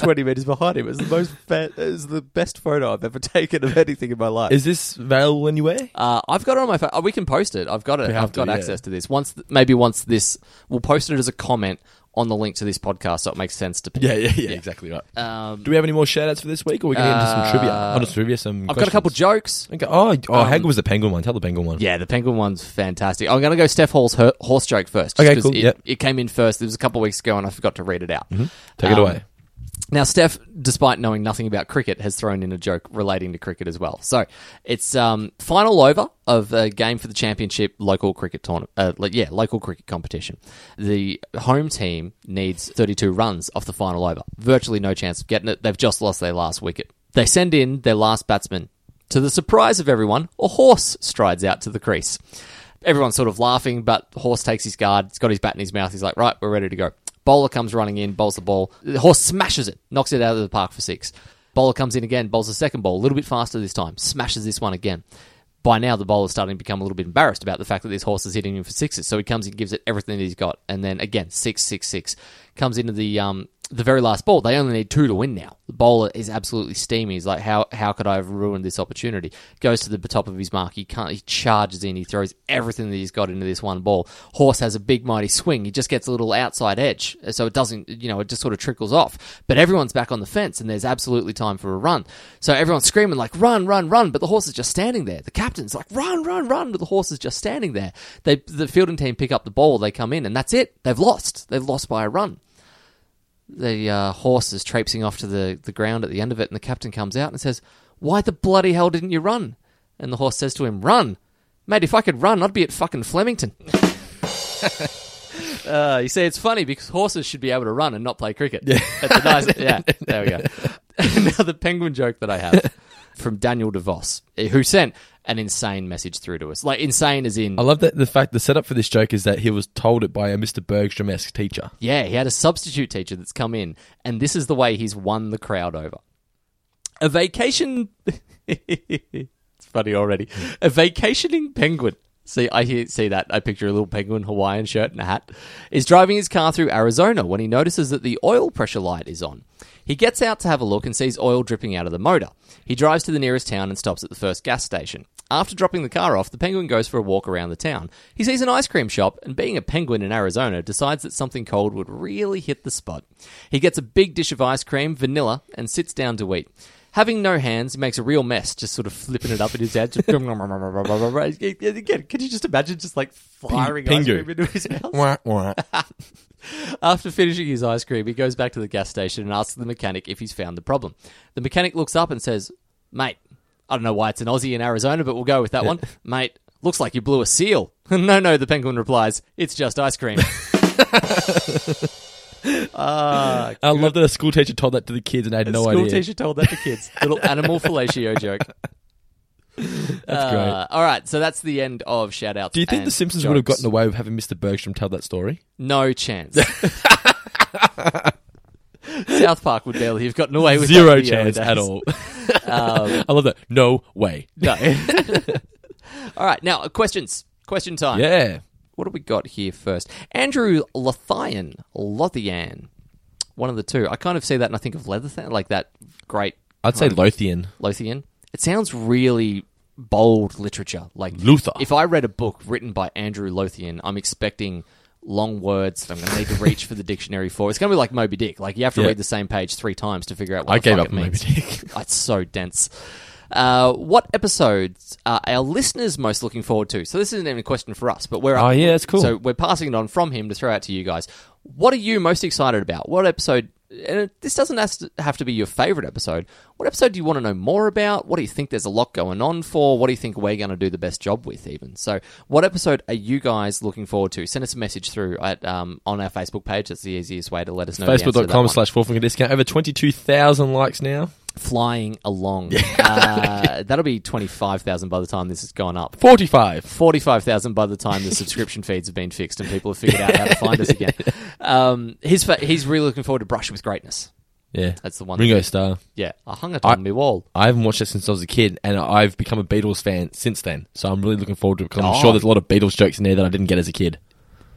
S4: [laughs]
S5: twenty meters behind him. It's the most, fa- it's the best photo I've ever [laughs] taken of anything in my life.
S4: Is this available anywhere?
S5: Uh, I've got it on my phone. Oh, we can post it. I've got it.
S4: We have
S5: I've got
S4: to, yeah.
S5: access to this. Once, maybe once this, we'll post it as a comment on the link to this podcast, so it makes sense to people.
S4: Yeah, yeah, yeah, exactly right.
S5: Um, uh,
S4: Do we have any more shout outs for this week or are we going to get into some trivia? Oh, not trivia, some
S5: I've got a couple
S4: questions.
S5: jokes.
S4: Okay. Oh, oh Hagel was the penguin one. Tell the penguin one.
S5: Yeah, the penguin one's fantastic. I'm going to go Steph Hall's her- horse joke first. just
S4: Okay,
S5: 'cause
S4: cool,
S5: It,
S4: yep. Mm-hmm.
S5: it came in first. It was a couple of weeks ago, and I forgot to read it out.
S4: Take it
S5: Um,
S4: away.
S5: Now, Steph, despite knowing nothing about cricket, has thrown in a joke relating to cricket as well. So it's um, final over of a game for the championship local cricket tournament. Uh, like, yeah, local cricket competition. The home team needs 32 runs off the final over. Virtually no chance of getting it. They've just lost their last wicket. They send in their last batsman. To the surprise of everyone, a horse strides out to the crease. Everyone's sort of laughing, but Horse takes his guard. He's got his bat in his mouth. He's like, right, we're ready to go. Bowler comes running in, bowls the ball. The horse smashes it, knocks it out of the park for six. Bowler comes in again, bowls the second ball, a little bit faster this time, smashes this one again. By now, the bowler's starting to become a little bit embarrassed about the fact that this horse is hitting him for sixes. So he comes in, gives it everything that he's got, and then again, six, six, six. Comes into the um, the very last ball. They only need two to win now. The bowler is absolutely steamy. He's like, how how could I have ruined this opportunity? Goes to the top of his mark. He can't. He charges in. He throws everything that he's got into this one ball. Horse has a big mighty swing. He just gets a little outside edge, uh, so it doesn't. You know, it just sort of trickles off. But everyone's back on the fence, and there's absolutely time for a run. So everyone's screaming like, run, run, run! But the horse is just standing there. The captain's like, run, run, run! But the horse is just standing there. They the fielding team pick up the ball. They come in, and that's it. They've lost. They've lost by a run the uh, horse is traipsing off to the, the ground at the end of it, and the captain comes out and says, Why the bloody hell didn't you run? And the horse says to him, Run! Mate, if I could run, I'd be at fucking Flemington. [laughs] uh, you see, it's funny because horses should be able to run and not play cricket. Yeah, That's a nice, yeah there we go. [laughs] now, the penguin joke that I have from Daniel DeVos, who sent an insane message through to us. Like, insane as in.
S4: I love that the fact the setup for this joke is that he was told it by a Mr. Bergstrom esque teacher.
S5: Yeah, he had a substitute teacher that's come in, and this is the way he's won the crowd over. A vacation. [laughs] it's funny already. A vacationing penguin. See, I hear, see that. I picture a little penguin, Hawaiian shirt and a hat. Is driving his car through Arizona when he notices that the oil pressure light is on. He gets out to have a look and sees oil dripping out of the motor. He drives to the nearest town and stops at the first gas station. After dropping the car off, the penguin goes for a walk around the town. He sees an ice cream shop and, being a penguin in Arizona, decides that something cold would really hit the spot. He gets a big dish of ice cream, vanilla, and sits down to eat. Having no hands, he makes a real mess, just sort of flipping it up in his head. Just [laughs] Again, can you just imagine just like firing ice
S4: Pingu.
S5: cream into his mouth?
S4: Wah, wah.
S5: After finishing his ice cream, he goes back to the gas station and asks the mechanic if he's found the problem. The mechanic looks up and says, Mate, I don't know why it's an Aussie in Arizona, but we'll go with that one. Mate, looks like you blew a seal. [laughs] no, no, the penguin replies, It's just ice cream. Ah,
S4: I love that a school teacher told that to the kids and they had no
S5: school
S4: idea.
S5: teacher told that to kids. [laughs] Little animal fellatio joke.
S4: That's great.
S5: Uh, all right, so that's the end of shout outs.
S4: Do you think The Simpsons would have gotten away with having Mr. Bergstrom tell that
S5: [laughs]
S4: story?
S5: No chance. South Park would barely have gotten away with that
S4: Zero
S5: in the early
S4: chance at
S5: days. [laughs]
S4: all. [laughs]
S5: Um,
S4: I love that. No way.
S5: No. [laughs] all right, now uh, questions. Question time.
S4: Yeah.
S5: What do we got here first? Andrew Lothian. Lothian. One of the two. I kind of see that and I think of Leatherthan, like that great
S4: I'd say Lothian.
S5: Lothian. It sounds really bold literature. Like
S4: Luther.
S5: If I read a book written by Andrew Lothian, I'm expecting long words that I'm going to need to reach for the dictionary for. It's going to be like Moby Dick. Like you have to
S4: Yeah.
S5: read the same page three times to figure out what
S4: I
S5: the
S4: gave up
S5: fuck it
S4: on Moby
S5: means.
S4: Dick.
S5: [laughs] it's so dense. Uh, what episodes are our listeners most looking forward to? So this isn't even a question for us, but we're
S4: Oh, yeah, that's cool.
S5: So we're passing it on from him to throw out to you guys. What are you most excited about? What episode? And it- this doesn't has to- have to be your favorite episode. What episode do you want to know more about? What do you think there's a lot going on for? What do you think we're going to do the best job with? Even so, what episode are you guys looking forward to? Send us a message through at um, on our Facebook page. That's the easiest way to let us know. the answer to that
S4: Facebook.com
S5: one.
S4: slash four finger discount. Over 22,000 likes now.
S5: flying along. uh, that'll be twenty five thousand by the time this has gone up.
S4: 45.
S5: Forty-five thousand by the time
S4: [laughs]
S5: the subscription feeds have been fixed and people have figured out how to find us again. Um, he's fa- he's really looking forward to Brush with Greatness.
S4: Yeah,
S5: that's the one.
S4: Ringo
S5: that-
S4: Starr.
S5: Yeah, I hung it
S4: I-
S5: on my wall.
S4: I haven't watched it since I was a kid, and I've become a Beatles fan since then. So I'm really looking forward to it. 'cause I'm
S5: Oh.
S4: sure there's a lot of Beatles jokes in there that I didn't get as a kid.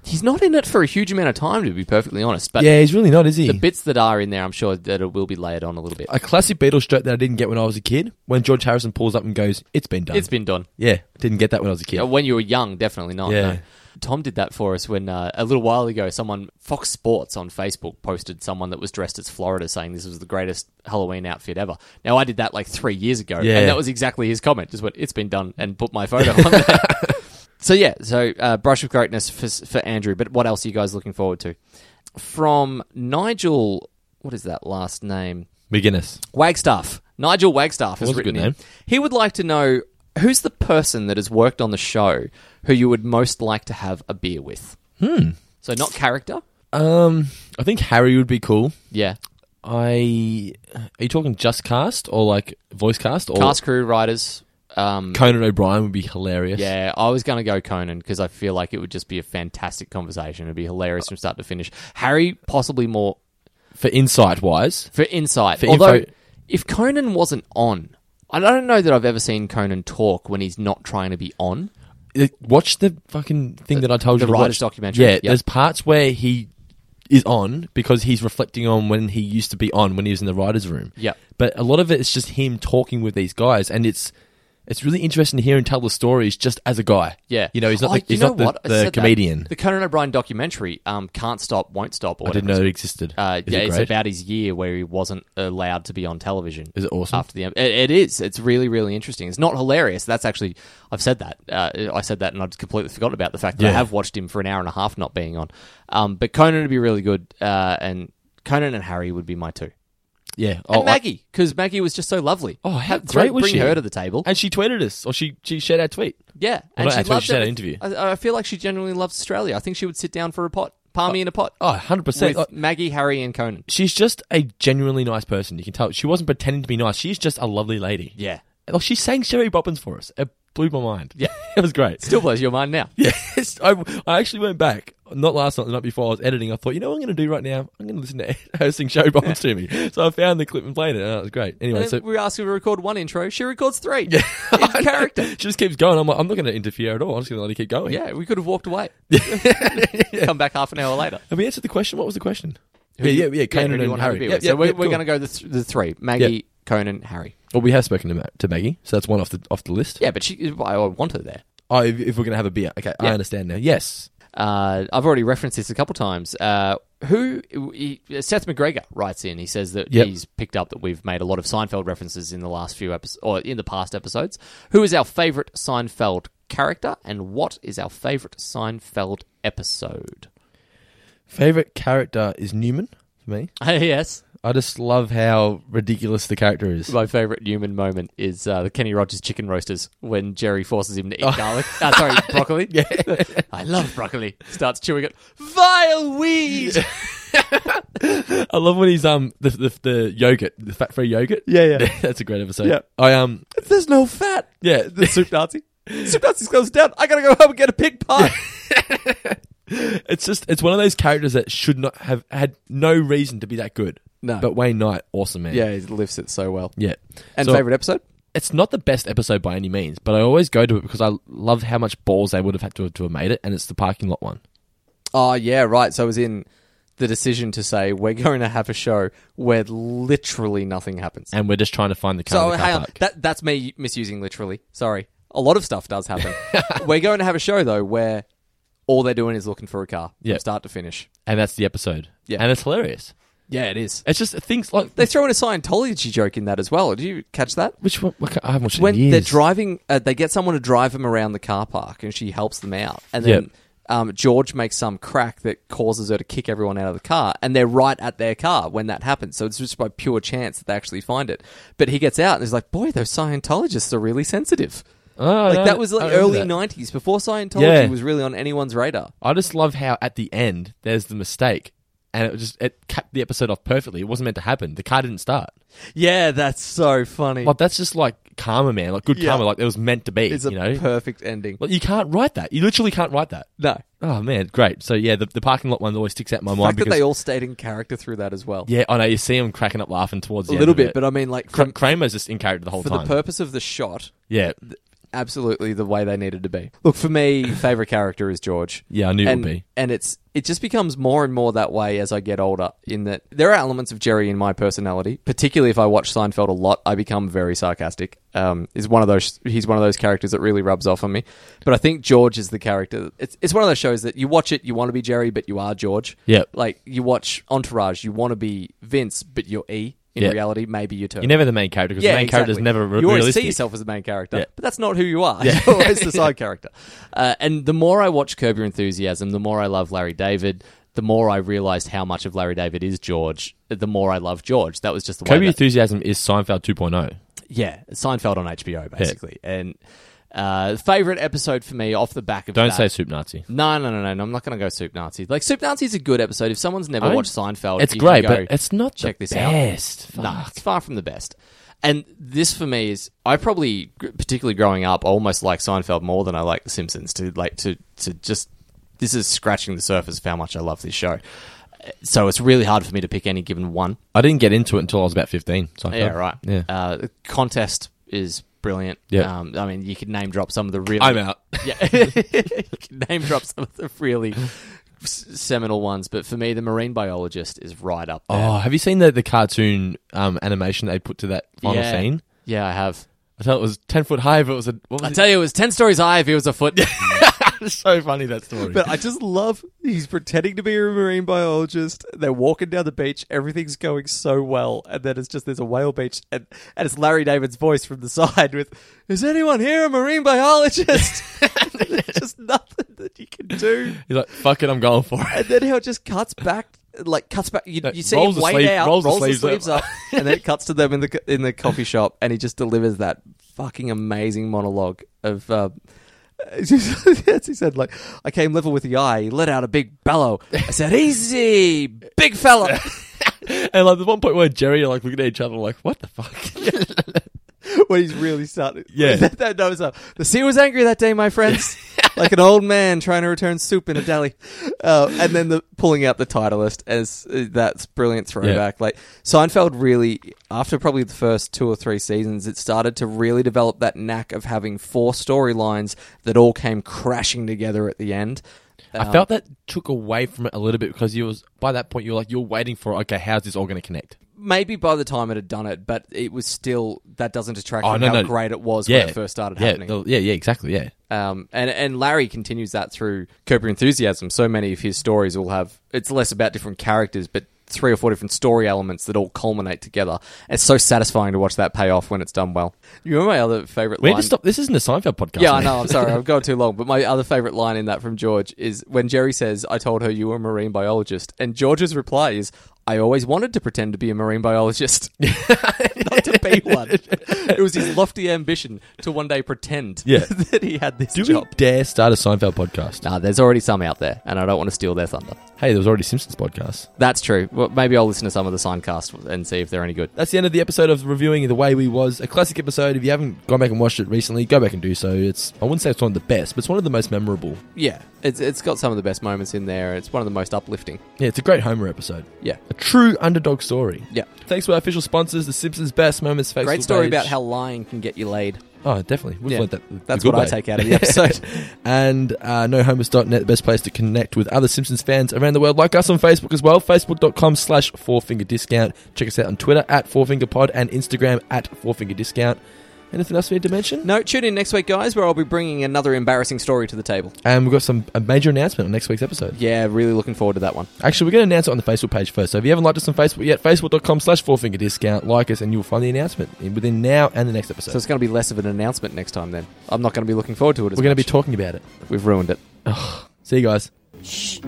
S5: He's not in it for a huge amount of time, to be perfectly honest. But
S4: yeah, he's really not, is he?
S5: the bits that are in there, I'm sure that it will be layered on a little bit.
S4: a classic Beatles joke that I didn't get when I was a kid. When George Harrison pulls up and goes, "It's been done."
S5: It's been Oh. done.
S4: yeah, didn't get that when I was a kid.
S5: Yeah, uh, When you were young, definitely not.
S4: Yeah.
S5: no. Tom did that for us when uh, a little while ago, someone Fox Sports on Facebook posted someone that was dressed as Florida saying this was the greatest Halloween outfit ever. Now I did that like three years ago,
S4: Yeah.
S5: and that was exactly his comment. Just went, "It's been done," and put my photo on there.
S4: [laughs]
S5: so yeah, so uh, brush with greatness for for Andrew. But what else are you guys looking forward to? From Nigel, what is that last name?
S4: McGinnis.
S5: Wagstaff. Nigel Wagstaff has
S4: That was a
S5: written
S4: good
S5: in.
S4: name.
S5: He would like to know who's the person that has worked on the show who you would most like to have a beer with. Hmm. So not character.
S4: Um, I think Harry would be cool.
S5: Yeah.
S4: I are you talking just cast or like voice cast or
S5: Cast crew writers. Um,
S4: Conan O'Brien would be hilarious.
S5: yeah, I was going to go Conan because I feel like it would just be a fantastic conversation. It'd be hilarious from start to finish. Harry possibly more
S4: for insight wise,
S5: for insight.
S4: For
S5: Although,
S4: info-
S5: if Conan wasn't on, I don't know that I've ever seen Conan talk when he's not trying to be on.
S4: Like, watch the fucking thing that I told
S5: the
S4: you. to
S5: writer's
S4: watch.
S5: documentary,
S4: Yeah,
S5: yep.
S4: there's parts where he is on because he's reflecting on when he used to be on when he was in the writers' room.
S5: Yep.
S4: but a lot of it is just him talking with these guys, and it's. It's really interesting to hear him tell the stories just as a guy.
S5: Yeah,
S4: you know he's not
S5: Oh,
S4: the,
S5: you
S4: he's
S5: know
S4: not the,
S5: what? I
S4: the
S5: said that.
S4: comedian.
S5: The Conan O'Brien documentary, um, can't stop, won't stop. Or
S4: I didn't know
S5: whatever
S4: it
S5: it's-
S4: existed.
S5: Uh,
S4: Is
S5: yeah,
S4: it
S5: it's
S4: great?
S5: about his year where he wasn't allowed to be on television.
S4: Is it awesome?
S5: After the it, it is, it's really really interesting. It's not hilarious. That's actually I've said that. Uh, I said that, and I'd completely forgotten about the fact that I
S4: Yeah.
S5: have watched him for an hour and a half not being on. Um, but Conan would be really good, uh, and Conan and Harry would be my two.
S4: yeah.
S5: And
S4: Oh, I-
S5: Maggie, because Maggie was just so lovely.
S4: Oh, how
S5: Have-
S4: great
S5: bring,
S4: was
S5: bring
S4: she?
S5: her to the table.
S4: And she tweeted us, or she she shared our tweet.
S5: Yeah,
S4: Well, not actually, she said in
S5: every-
S4: an interview.
S5: I, I feel like she genuinely loves Australia. I think she would sit down for a pot, palmy in a pot.
S4: Oh, 100%.
S5: With
S4: Oh.
S5: Maggie, Harry, and Conan.
S4: She's just a genuinely nice person. You can tell she wasn't pretending to be nice. She's just a lovely lady.
S5: Yeah,
S4: Oh, she sang Sherry Bobbins for us. It blew my mind. Yeah, [laughs] it was great.
S5: [laughs] still blows your mind now.
S4: Yes, I, I actually went back not last night, the night before I was editing. I thought, you know what I'm going to do right now? I'm going to listen [laughs] to her sing Sherry Bobbins
S5: [laughs]
S4: to me. So I found the clip and played it. And it was great. Anyway,
S5: And
S4: so [laughs]
S5: then we ask her to record one intro. She records three. Yeah, in character.
S4: she just keeps going. I'm like, I'm not going to interfere at all. I'm just going to let her keep going.
S5: Yeah, we could have
S4: [laughs]
S5: walked away. [laughs] Come back half an hour later.
S4: Have we answered the question? What was the question?
S5: Who do
S4: yeah, yeah,
S5: you-
S4: yeah.
S5: who
S4: Conan
S5: do you
S4: and
S5: want to have a
S4: Harry.
S5: beer
S4: Yeah,
S5: with?
S4: yeah,
S5: so we're,
S4: yeah,
S5: we're
S4: cool.
S5: going to go the, th- the three: Maggie,
S4: Yeah.
S5: Conan, Harry.
S4: Well, we have spoken to, Ma- to Maggie, so that's one off the off the list.
S5: Yeah, but she, I want her there.
S4: Oh, if, if we're going to have a beer. Okay, I
S5: Yeah.
S4: understand now. Yes.
S5: uh, I've already referenced this a couple times. Uh, who he, Seth MacGregor writes in, he says that
S4: Yep.
S5: he's picked up that we've made a lot of Seinfeld references in the last few episodes or in the past episodes. Who is our favorite Seinfeld character, and what is our favorite Seinfeld episode?
S4: Favorite character is Newman for me.
S5: [laughs] yes,
S4: I just love how ridiculous the character is.
S5: [laughs] my favorite Newman moment is uh, the Kenny Rogers chicken roasters when Jerry forces him to eat garlic. Uh, [laughs] sorry, broccoli. I love broccoli. Starts chewing it. Vile weed.
S4: [laughs]
S5: [laughs]
S4: I love when he's um the the, the yogurt, the fat free yogurt.
S5: Yeah, yeah.
S4: [laughs] that's a great episode.
S5: Yeah.
S4: I um
S5: There's no fat.
S4: yeah
S5: the soup Nazi. soup Nazi's closed down. I gotta go home and get a pig pie.
S4: [laughs] it's just it's one of those characters that should not have had no reason to be that good.
S5: No.
S4: but Wayne Knight, awesome man.
S5: he lifts it so well.
S4: yeah.
S5: And
S4: So-
S5: favorite episode?
S4: it's not the best episode by any means, but I always go to it because I love how much balls they would have had to have, to have made it, and it's the parking lot one.
S5: Oh yeah, right. So it was in the decision to say we're going to have a show where literally nothing happens.
S4: And we're just trying to find the car.
S5: so
S4: in the car
S5: hang on,
S4: park.
S5: that, that's me misusing literally. Sorry. A lot of stuff does [laughs] happen. we're going to have a show though where all they're doing is looking for a car
S4: Yeah.
S5: from start to finish.
S4: and that's the episode.
S5: Yeah.
S4: and it's hilarious.
S5: Yeah, it is.
S4: It's just things like
S5: They throw in a Scientology joke in that as well. Did you catch that?
S4: Which one? what ca- I haven't watched it
S5: when
S4: in years.
S5: they're driving, uh, they get someone to drive them around the car park, and she helps them out. And then
S4: Yep.
S5: um, George makes some crack that causes her to kick everyone out of the car, and they're right at their car when that happens. So it's just by pure chance that they actually find it. But he gets out and is like, "Boy, those Scientologists are really sensitive."
S4: Oh,
S5: like
S4: no,
S5: that was
S4: I
S5: like
S4: remember
S5: early
S4: that.
S5: '90s, before Scientology
S4: Yeah.
S5: was really on anyone's radar.
S4: I just love how at the end there's the mistake, and it just it capped the episode off perfectly. It wasn't meant to happen. The car didn't start.
S5: Yeah, that's so funny.
S4: Like that's just like karma, man. Like good
S5: Yeah.
S4: karma. Like it was meant to be.
S5: It's a
S4: you know,
S5: perfect ending.
S4: Like you can't write that. You literally can't write that.
S5: No.
S4: Oh man, great. So yeah, the, the parking lot one always sticks out in my
S5: The
S4: mind
S5: fact that
S4: because
S5: they all stayed in character through that as well.
S4: yeah, I know you see them cracking up laughing towards the
S5: A
S4: end
S5: little
S4: of
S5: bit,
S4: it.
S5: but I mean, like,
S4: Kra-
S5: from-
S4: Kramer's just in character the whole
S5: for
S4: time.
S5: the purpose of the shot.
S4: Yeah.
S5: th- absolutely the way they needed to be. Look, for me, favorite character is George.
S4: Yeah, I knew it would
S5: and,
S4: be.
S5: And it's it just becomes more and more that way as I get older. In that there are elements of Jerry in my personality, particularly if I watch Seinfeld a lot, I become very sarcastic. Um, is one of those he's one of those characters that really rubs off on me. But I think George is the character. It's it's one of those shows that you watch it, you want to be Jerry, but you are George.
S4: Yep.
S5: Like you watch Entourage, you want to be Vince, but you're E. In
S4: Yep.
S5: reality, maybe you're
S4: You're never the main character because the main character's never re-
S5: you always
S4: realistic.
S5: see yourself as the main character,
S4: Yeah.
S5: but that's not who you are. [laughs] You're always
S4: [laughs]
S5: the side character. Uh, and the more I watch Curb Your Enthusiasm, the more I love Larry David. The more I realized how much of Larry David is George, the more I love George. That was just the
S4: Kobe
S5: way. That,
S4: enthusiasm is Seinfeld oh. 2.0.
S5: yeah, Seinfeld on HBO basically. And uh, favorite episode for me off the back of
S4: Don't
S5: that-
S4: say soup Nazi.
S5: No, no, no, no, no. I'm not going to go Soup Nazi. Like Soup Nazi is a good episode. If someone's never
S4: I-
S5: watched Seinfeld,
S4: it's
S5: you can
S4: great,
S5: go,
S4: but it's not the
S5: check this
S4: best.
S5: out. No, it's far from the best. And this for me is I probably, g- particularly growing up, I almost like Seinfeld more than I like The Simpsons. To like to to just this is scratching the surface of how much I love this show. Uh, So it's really hard for me to pick any given one.
S4: I didn't get into it until I was about 15. Seinfeld.
S5: Yeah, right.
S4: Yeah.
S5: Uh, the contest is brilliant.
S4: Yeah.
S5: Um, I mean, you could name drop some of the really.
S4: I'm out.
S5: [laughs] Yeah. you could name drop some of the really s- seminal ones, but for me, the marine biologist is right up there.
S4: [laughs] Oh, have you seen the, the cartoon um, animation they put to that final
S5: Yeah.
S4: scene?
S5: Yeah, I have.
S4: I thought it was 10 foot high, but it was a. What was
S5: I
S4: it?
S5: tell you, it was ten stories high if he was a foot.
S4: It's [laughs] so funny that story.
S5: But I just love he's pretending to be a marine biologist. They're walking down the beach, everything's going so well, and then it's just there's a whale beach, and, and it's Larry [laughs] David's voice from the side with, "Is anyone here a marine [laughs] biologist?" And there's just nothing that you can do.
S4: He's like, fuck it, I'm going for it.
S5: [laughs] And then how it just cuts back, like cuts back. You,
S4: Like,
S5: you see
S4: rolls
S5: him
S4: the
S5: way
S4: sleeve-
S5: out,
S4: rolls
S5: rolls,
S4: the
S5: the
S4: sleeves up.
S5: sleeves up, and then it cuts to them in the co- in the coffee shop, and he just delivers that fucking amazing monologue of. Uh, [laughs] as he said, like I came level with the eye. He let out a big bellow. I said, "Easy, big [laughs] fella."
S4: And like, there's one point where Jerry are like looking at each other, like, what the fuck? [laughs]
S5: when he's really starting.
S4: Yeah.
S5: that, that that was up. The sea was angry that day,
S4: [laughs]
S5: my friends, like an old man trying to return soup in a deli. Uh, and then the pulling out the Titleist as uh, that's brilliant throwback. Like Seinfeld really, after probably the first two or three seasons, it started to really develop that knack of having four storylines that all came crashing together at the end. Um,
S4: I felt that took away from it a little bit because you was by that point you're like you're waiting for okay how's this all going to connect?
S5: Maybe by the time it had done it, but it was still that doesn't detract
S4: Oh
S5: from
S4: no
S5: how
S4: no
S5: great it was
S4: yeah.
S5: when it first started
S4: yeah,
S5: happening.
S4: the- yeah yeah exactly yeah
S5: Um, and and Larry continues that through Curb Your Enthusiasm. So many of his stories will have it's less about different characters, but three or four different story elements that all culminate together. It's so satisfying to watch that pay off when it's done well. You remember my other favorite
S4: we
S5: line?
S4: need to stop this isn't a Seinfeld podcast
S5: Yeah, I
S4: man.
S5: know. I'm sorry, I've gone too long. But my other favorite line in that from George is when Jerry says, "I told her you were a marine biologist," and George's reply is, "I always wanted to pretend to be a
S4: [laughs]
S5: marine biologist, not to be one." [laughs] It was his lofty ambition to one day pretend
S4: Yeah.
S5: [laughs] that he had this
S4: [laughs] do
S5: job.
S4: we dare start a Seinfeld podcast?
S5: Nah, there's already some out there, and I don't want to steal their thunder.
S4: Hey, there was already Simpsons podcast.
S5: That's true. Well, maybe I'll listen to some of the Signcast and see if they're any good.
S4: That's the end of the episode of reviewing the way we was a classic episode. If you haven't gone back and watched it recently, go back and do so. It's I wouldn't say it's one of the best, but it's one of the most memorable.
S5: Yeah, it's it's got some of the best moments in there. It's one of the most uplifting.
S4: Yeah, it's a great Homer episode.
S5: Yeah.
S4: a true underdog story.
S5: Yeah.
S4: Thanks to our official sponsors, The Simpsons Best Moments Facebook
S5: Great story
S4: page.
S5: about how lying can get you laid.
S4: Oh, definitely. We've
S5: Yeah.
S4: learned that. the
S5: That's
S4: good
S5: what I
S4: way.
S5: take
S4: [laughs]
S5: out of the episode.
S4: and uh, nohomers.net, the best place to connect with other Simpsons fans around the world. Like us on Facebook as well, facebook.com slash fourfingerdiscount. Check us out on Twitter at fourfingerpod and Instagram at fourfingerdiscount. Anything else we need to mention?
S5: No, tune in next week, guys, where I'll be bringing another embarrassing story to the table.
S4: And we've got some a major announcement on next week's episode.
S5: Yeah, really looking forward to that one.
S4: Actually, we're going to announce it on the Facebook page first. So if you haven't liked us on Facebook yet, facebook.com slash fourfingerdiscount. Like us and you'll find the announcement in- within now and the next episode.
S5: So it's going to be less of an announcement next time. Then I'm not going to be looking forward to it. As
S4: we're going to
S5: much.
S4: be talking about it.
S5: We've ruined it.
S4: See you guys.
S3: Shh.